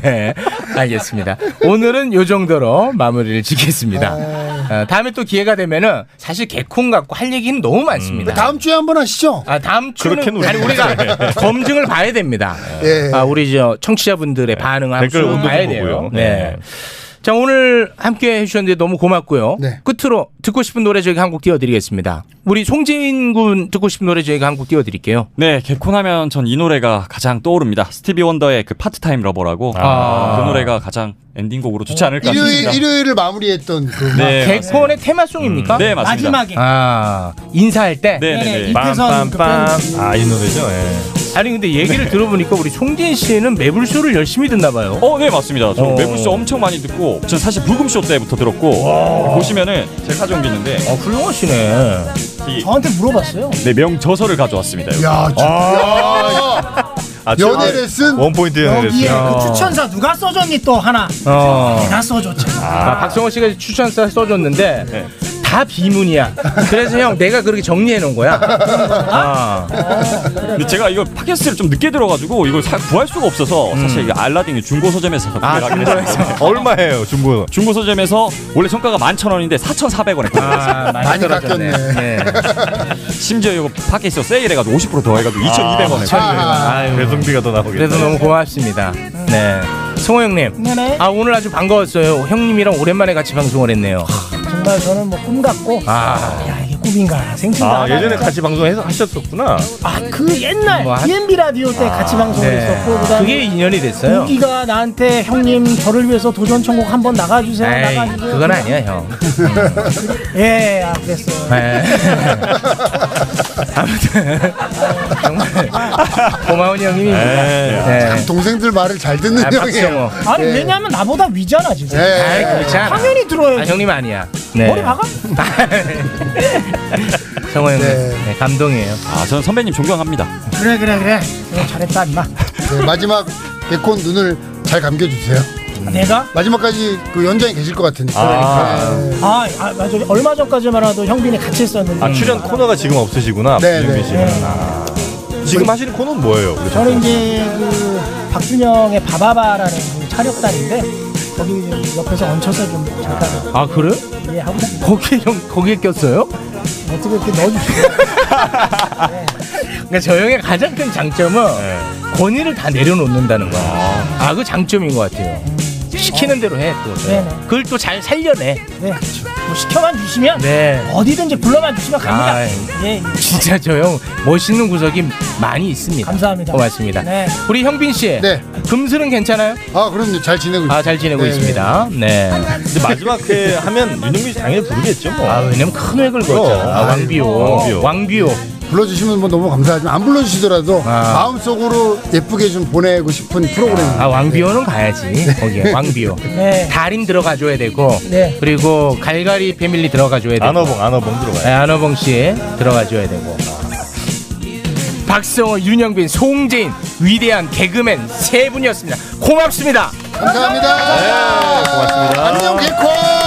Speaker 4: 네, 알겠습니다. 오늘은 요 정도로 마무리를 지겠습니다.
Speaker 8: 아.
Speaker 4: 어, 다음에 또 기회가 되면은 사실 개콘 갖고 할 얘기는 너무 많습니다.
Speaker 8: 그 다음 주에 한번 하시죠.
Speaker 4: 아 다음 주는
Speaker 8: 그렇게는
Speaker 4: 아니
Speaker 8: 우리가
Speaker 4: 우리가 검증을 봐야 됩니다.
Speaker 8: 예.
Speaker 4: 아 우리 저 청취자분들의 반응을
Speaker 13: 댓글
Speaker 4: 한번
Speaker 13: 온도 좀
Speaker 4: 봐야
Speaker 13: 보고요.
Speaker 4: 돼요. 네. 자 오늘 함께 해주셨는데 너무 고맙고요. 끝으로 듣고 싶은 노래 저희가 한 곡 띄워드리겠습니다. 우리 송재인 군 듣고 싶은 노래 저희가 한 곡 띄워드릴게요.
Speaker 10: 네, 개콘하면 전 이 노래가 가장 떠오릅니다. 스티비 원더의 그 파트타임 러버라고
Speaker 4: 아.
Speaker 10: 그 노래가 가장 엔딩곡으로 좋지
Speaker 4: 네.
Speaker 10: 않을까
Speaker 8: 일요일
Speaker 10: 싶습니다.
Speaker 8: 일요일을 마무리했던 그
Speaker 10: 네,
Speaker 4: 개콘의 테마송입니까?
Speaker 10: 음, 네, 맞습니다. 마지막에.
Speaker 4: 아 인사할 때.
Speaker 10: 네, 네,
Speaker 7: 예,
Speaker 10: 네.
Speaker 13: 빰빰빰. 아, 이 노래죠.
Speaker 4: 아니 근데 얘기를 들어보니까 우리 송진 씨는 매불쇼를 열심히 듣나 봐요.
Speaker 10: 어, 네 맞습니다. 저
Speaker 4: 어.
Speaker 10: 매불쇼 엄청 많이 듣고, 전 사실 불금쇼 때부터 들었고 보시면은 제가 가져온 게 있는데,
Speaker 4: 어 훌륭하시네.
Speaker 7: 저한테 물어봤어요
Speaker 10: 네 명저서를 가져왔습니다. 여기.
Speaker 8: 야,
Speaker 4: 아,
Speaker 10: 아,
Speaker 8: 연애 레슨?
Speaker 13: 원 포인트 연애
Speaker 7: 여기에
Speaker 13: 레슨.
Speaker 7: 그 추천사 누가 써줬니 또 하나
Speaker 4: 어.
Speaker 7: 내가 써줬지
Speaker 4: 아, 박성호 씨가 추천서 써줬는데 다 비문이야. 그래서 형 내가 그렇게 정리해 놓은 거야. 아.
Speaker 10: 근데 제가 이걸 팟캐스트를 좀 늦게 들어가지고 이걸 사- 구할 수가 없어서 사실 이거 알라딘이 중고 서점에서 구매하게 됐습니다.
Speaker 13: 얼마예요 중고?
Speaker 10: 아, 중고 서점에서 원래 정가가 11,000원인데 4,400원에
Speaker 4: 아, 많이 떨어졌네.
Speaker 10: 심지어 이거 팟캐스트 세일해가지고 50%더 해가지고 2,200원에.
Speaker 4: 아유.
Speaker 13: 아, 네. 배송비가 더 나오겠다.
Speaker 4: 그래도 너무 고맙습니다. 네. 성호 형님.
Speaker 7: 네네.
Speaker 4: 아 오늘 아주 반가웠어요. 형님이랑 오랜만에 같이 방송을 했네요.
Speaker 7: 정말 저는 뭐 꿈 같고
Speaker 4: 아.
Speaker 7: 이게 꿈인가 생긴다
Speaker 13: 아, 예전에 같이 방송해서 하셨었구나.
Speaker 7: 아그 옛날
Speaker 13: 뭐 한-
Speaker 7: DMB 라디오 때 같이 방송을
Speaker 13: 네.
Speaker 7: 했었고
Speaker 4: 그게
Speaker 7: 그다음에
Speaker 4: 인연이 됐어요.
Speaker 7: 동기가 나한테 형님 저를 위해서 도전 천국 한번 나가주세요
Speaker 4: 에이,
Speaker 7: 나가주세요
Speaker 4: 그건 아니야 형.
Speaker 7: 예 아, 그랬어요
Speaker 4: 네. [laughs] 고마운 형님입니다.
Speaker 8: 참 동생들 말을 잘
Speaker 4: 네.
Speaker 8: 듣는
Speaker 4: 아,
Speaker 8: 형이에요.
Speaker 4: 박수영호.
Speaker 7: 아니
Speaker 8: 예.
Speaker 7: 왜냐면 나보다 위잖아 진짜.
Speaker 8: 예.
Speaker 4: 아이, 그렇지 않아.
Speaker 7: 당연히 들어요.
Speaker 4: 아, 형님 아니야.
Speaker 7: 머리 박아?
Speaker 4: 성호 형님 네, 감동이에요.
Speaker 10: 아, 저는 선배님 존경합니다.
Speaker 7: 그래 그래 그래. 어, 잘했다 임마.
Speaker 8: 네, 마지막 개콘 눈을 잘 감겨주세요.
Speaker 7: 내가?
Speaker 8: 마지막까지 그 연장이 계실 것 같으니까.
Speaker 13: 아.
Speaker 8: 네.
Speaker 7: 아, 아 맞아. 얼마 전까지만 해도 형빈이 같이 했었는데.
Speaker 13: 아 출연 코너가 지금 없으시구나.
Speaker 7: 네,
Speaker 13: 박준비
Speaker 7: 네.
Speaker 13: 씨는. 아. 지금 하시는 코너는 뭐예요? 그렇죠? 우리
Speaker 7: 저는 이제 그 박준영의 바바바라는 그 차력단인데 거기 이제 옆에서 얹혀서 좀 잠깐
Speaker 4: 아 그래?
Speaker 7: 예 하고 있습니다.
Speaker 4: 거기에 형 거기에 꼈어요?
Speaker 7: 어떻게 이렇게 넣어주세요?
Speaker 4: 그러니까 저 형의 가장 큰 장점은 권위를 다 내려놓는다는 거야. 네. 아 네. 그 장점인 것 같아요. 시키는 대로 해 또.
Speaker 7: 네네.
Speaker 4: 그걸 또 잘 살려내.
Speaker 7: 네, 그렇죠. 뭐 시켜만 주시면
Speaker 4: 네.
Speaker 7: 어디든지 불러만 주시면 갑니다.
Speaker 4: 아,
Speaker 7: 예, 예.
Speaker 4: 진짜 저 형 멋있는 구석이 많이 있습니다.
Speaker 7: 감사합니다.
Speaker 4: 고맙습니다.
Speaker 7: 네.
Speaker 4: 우리 형빈 씨. 금슬은 괜찮아요?
Speaker 8: 아 그럼요. 잘 지내고 있습니다.
Speaker 4: 아잘 지내고 있습니다. 네. 근데
Speaker 13: 마지막 회 하면 윤영빈 씨 당연히 부르겠죠 뭐.
Speaker 4: 아 왜냐면 큰 획을 걸잖아. 아, 왕비호. 왕비호.
Speaker 8: 불러주시면 뭐 너무 감사하지만 안 불러주시더라도 마음속으로 예쁘게 좀 보내고 싶은 프로그램입니다.
Speaker 4: 아 왕비호는 가야지 거기에 왕비호
Speaker 7: 네.
Speaker 4: 달인 들어가 줘야 되고
Speaker 7: 네.
Speaker 4: 그리고 갈갈이 패밀리 들어가 줘야 되고
Speaker 13: 안어봉, 안어봉 들어가야
Speaker 4: 네, 안어봉 씨 들어가 줘야 되고 박성호 윤영빈 송재인 위대한 개그맨 세 분이었습니다 고맙습니다 네. 아.
Speaker 8: 감사합니다. 고맙습니다. 안녕 개콘.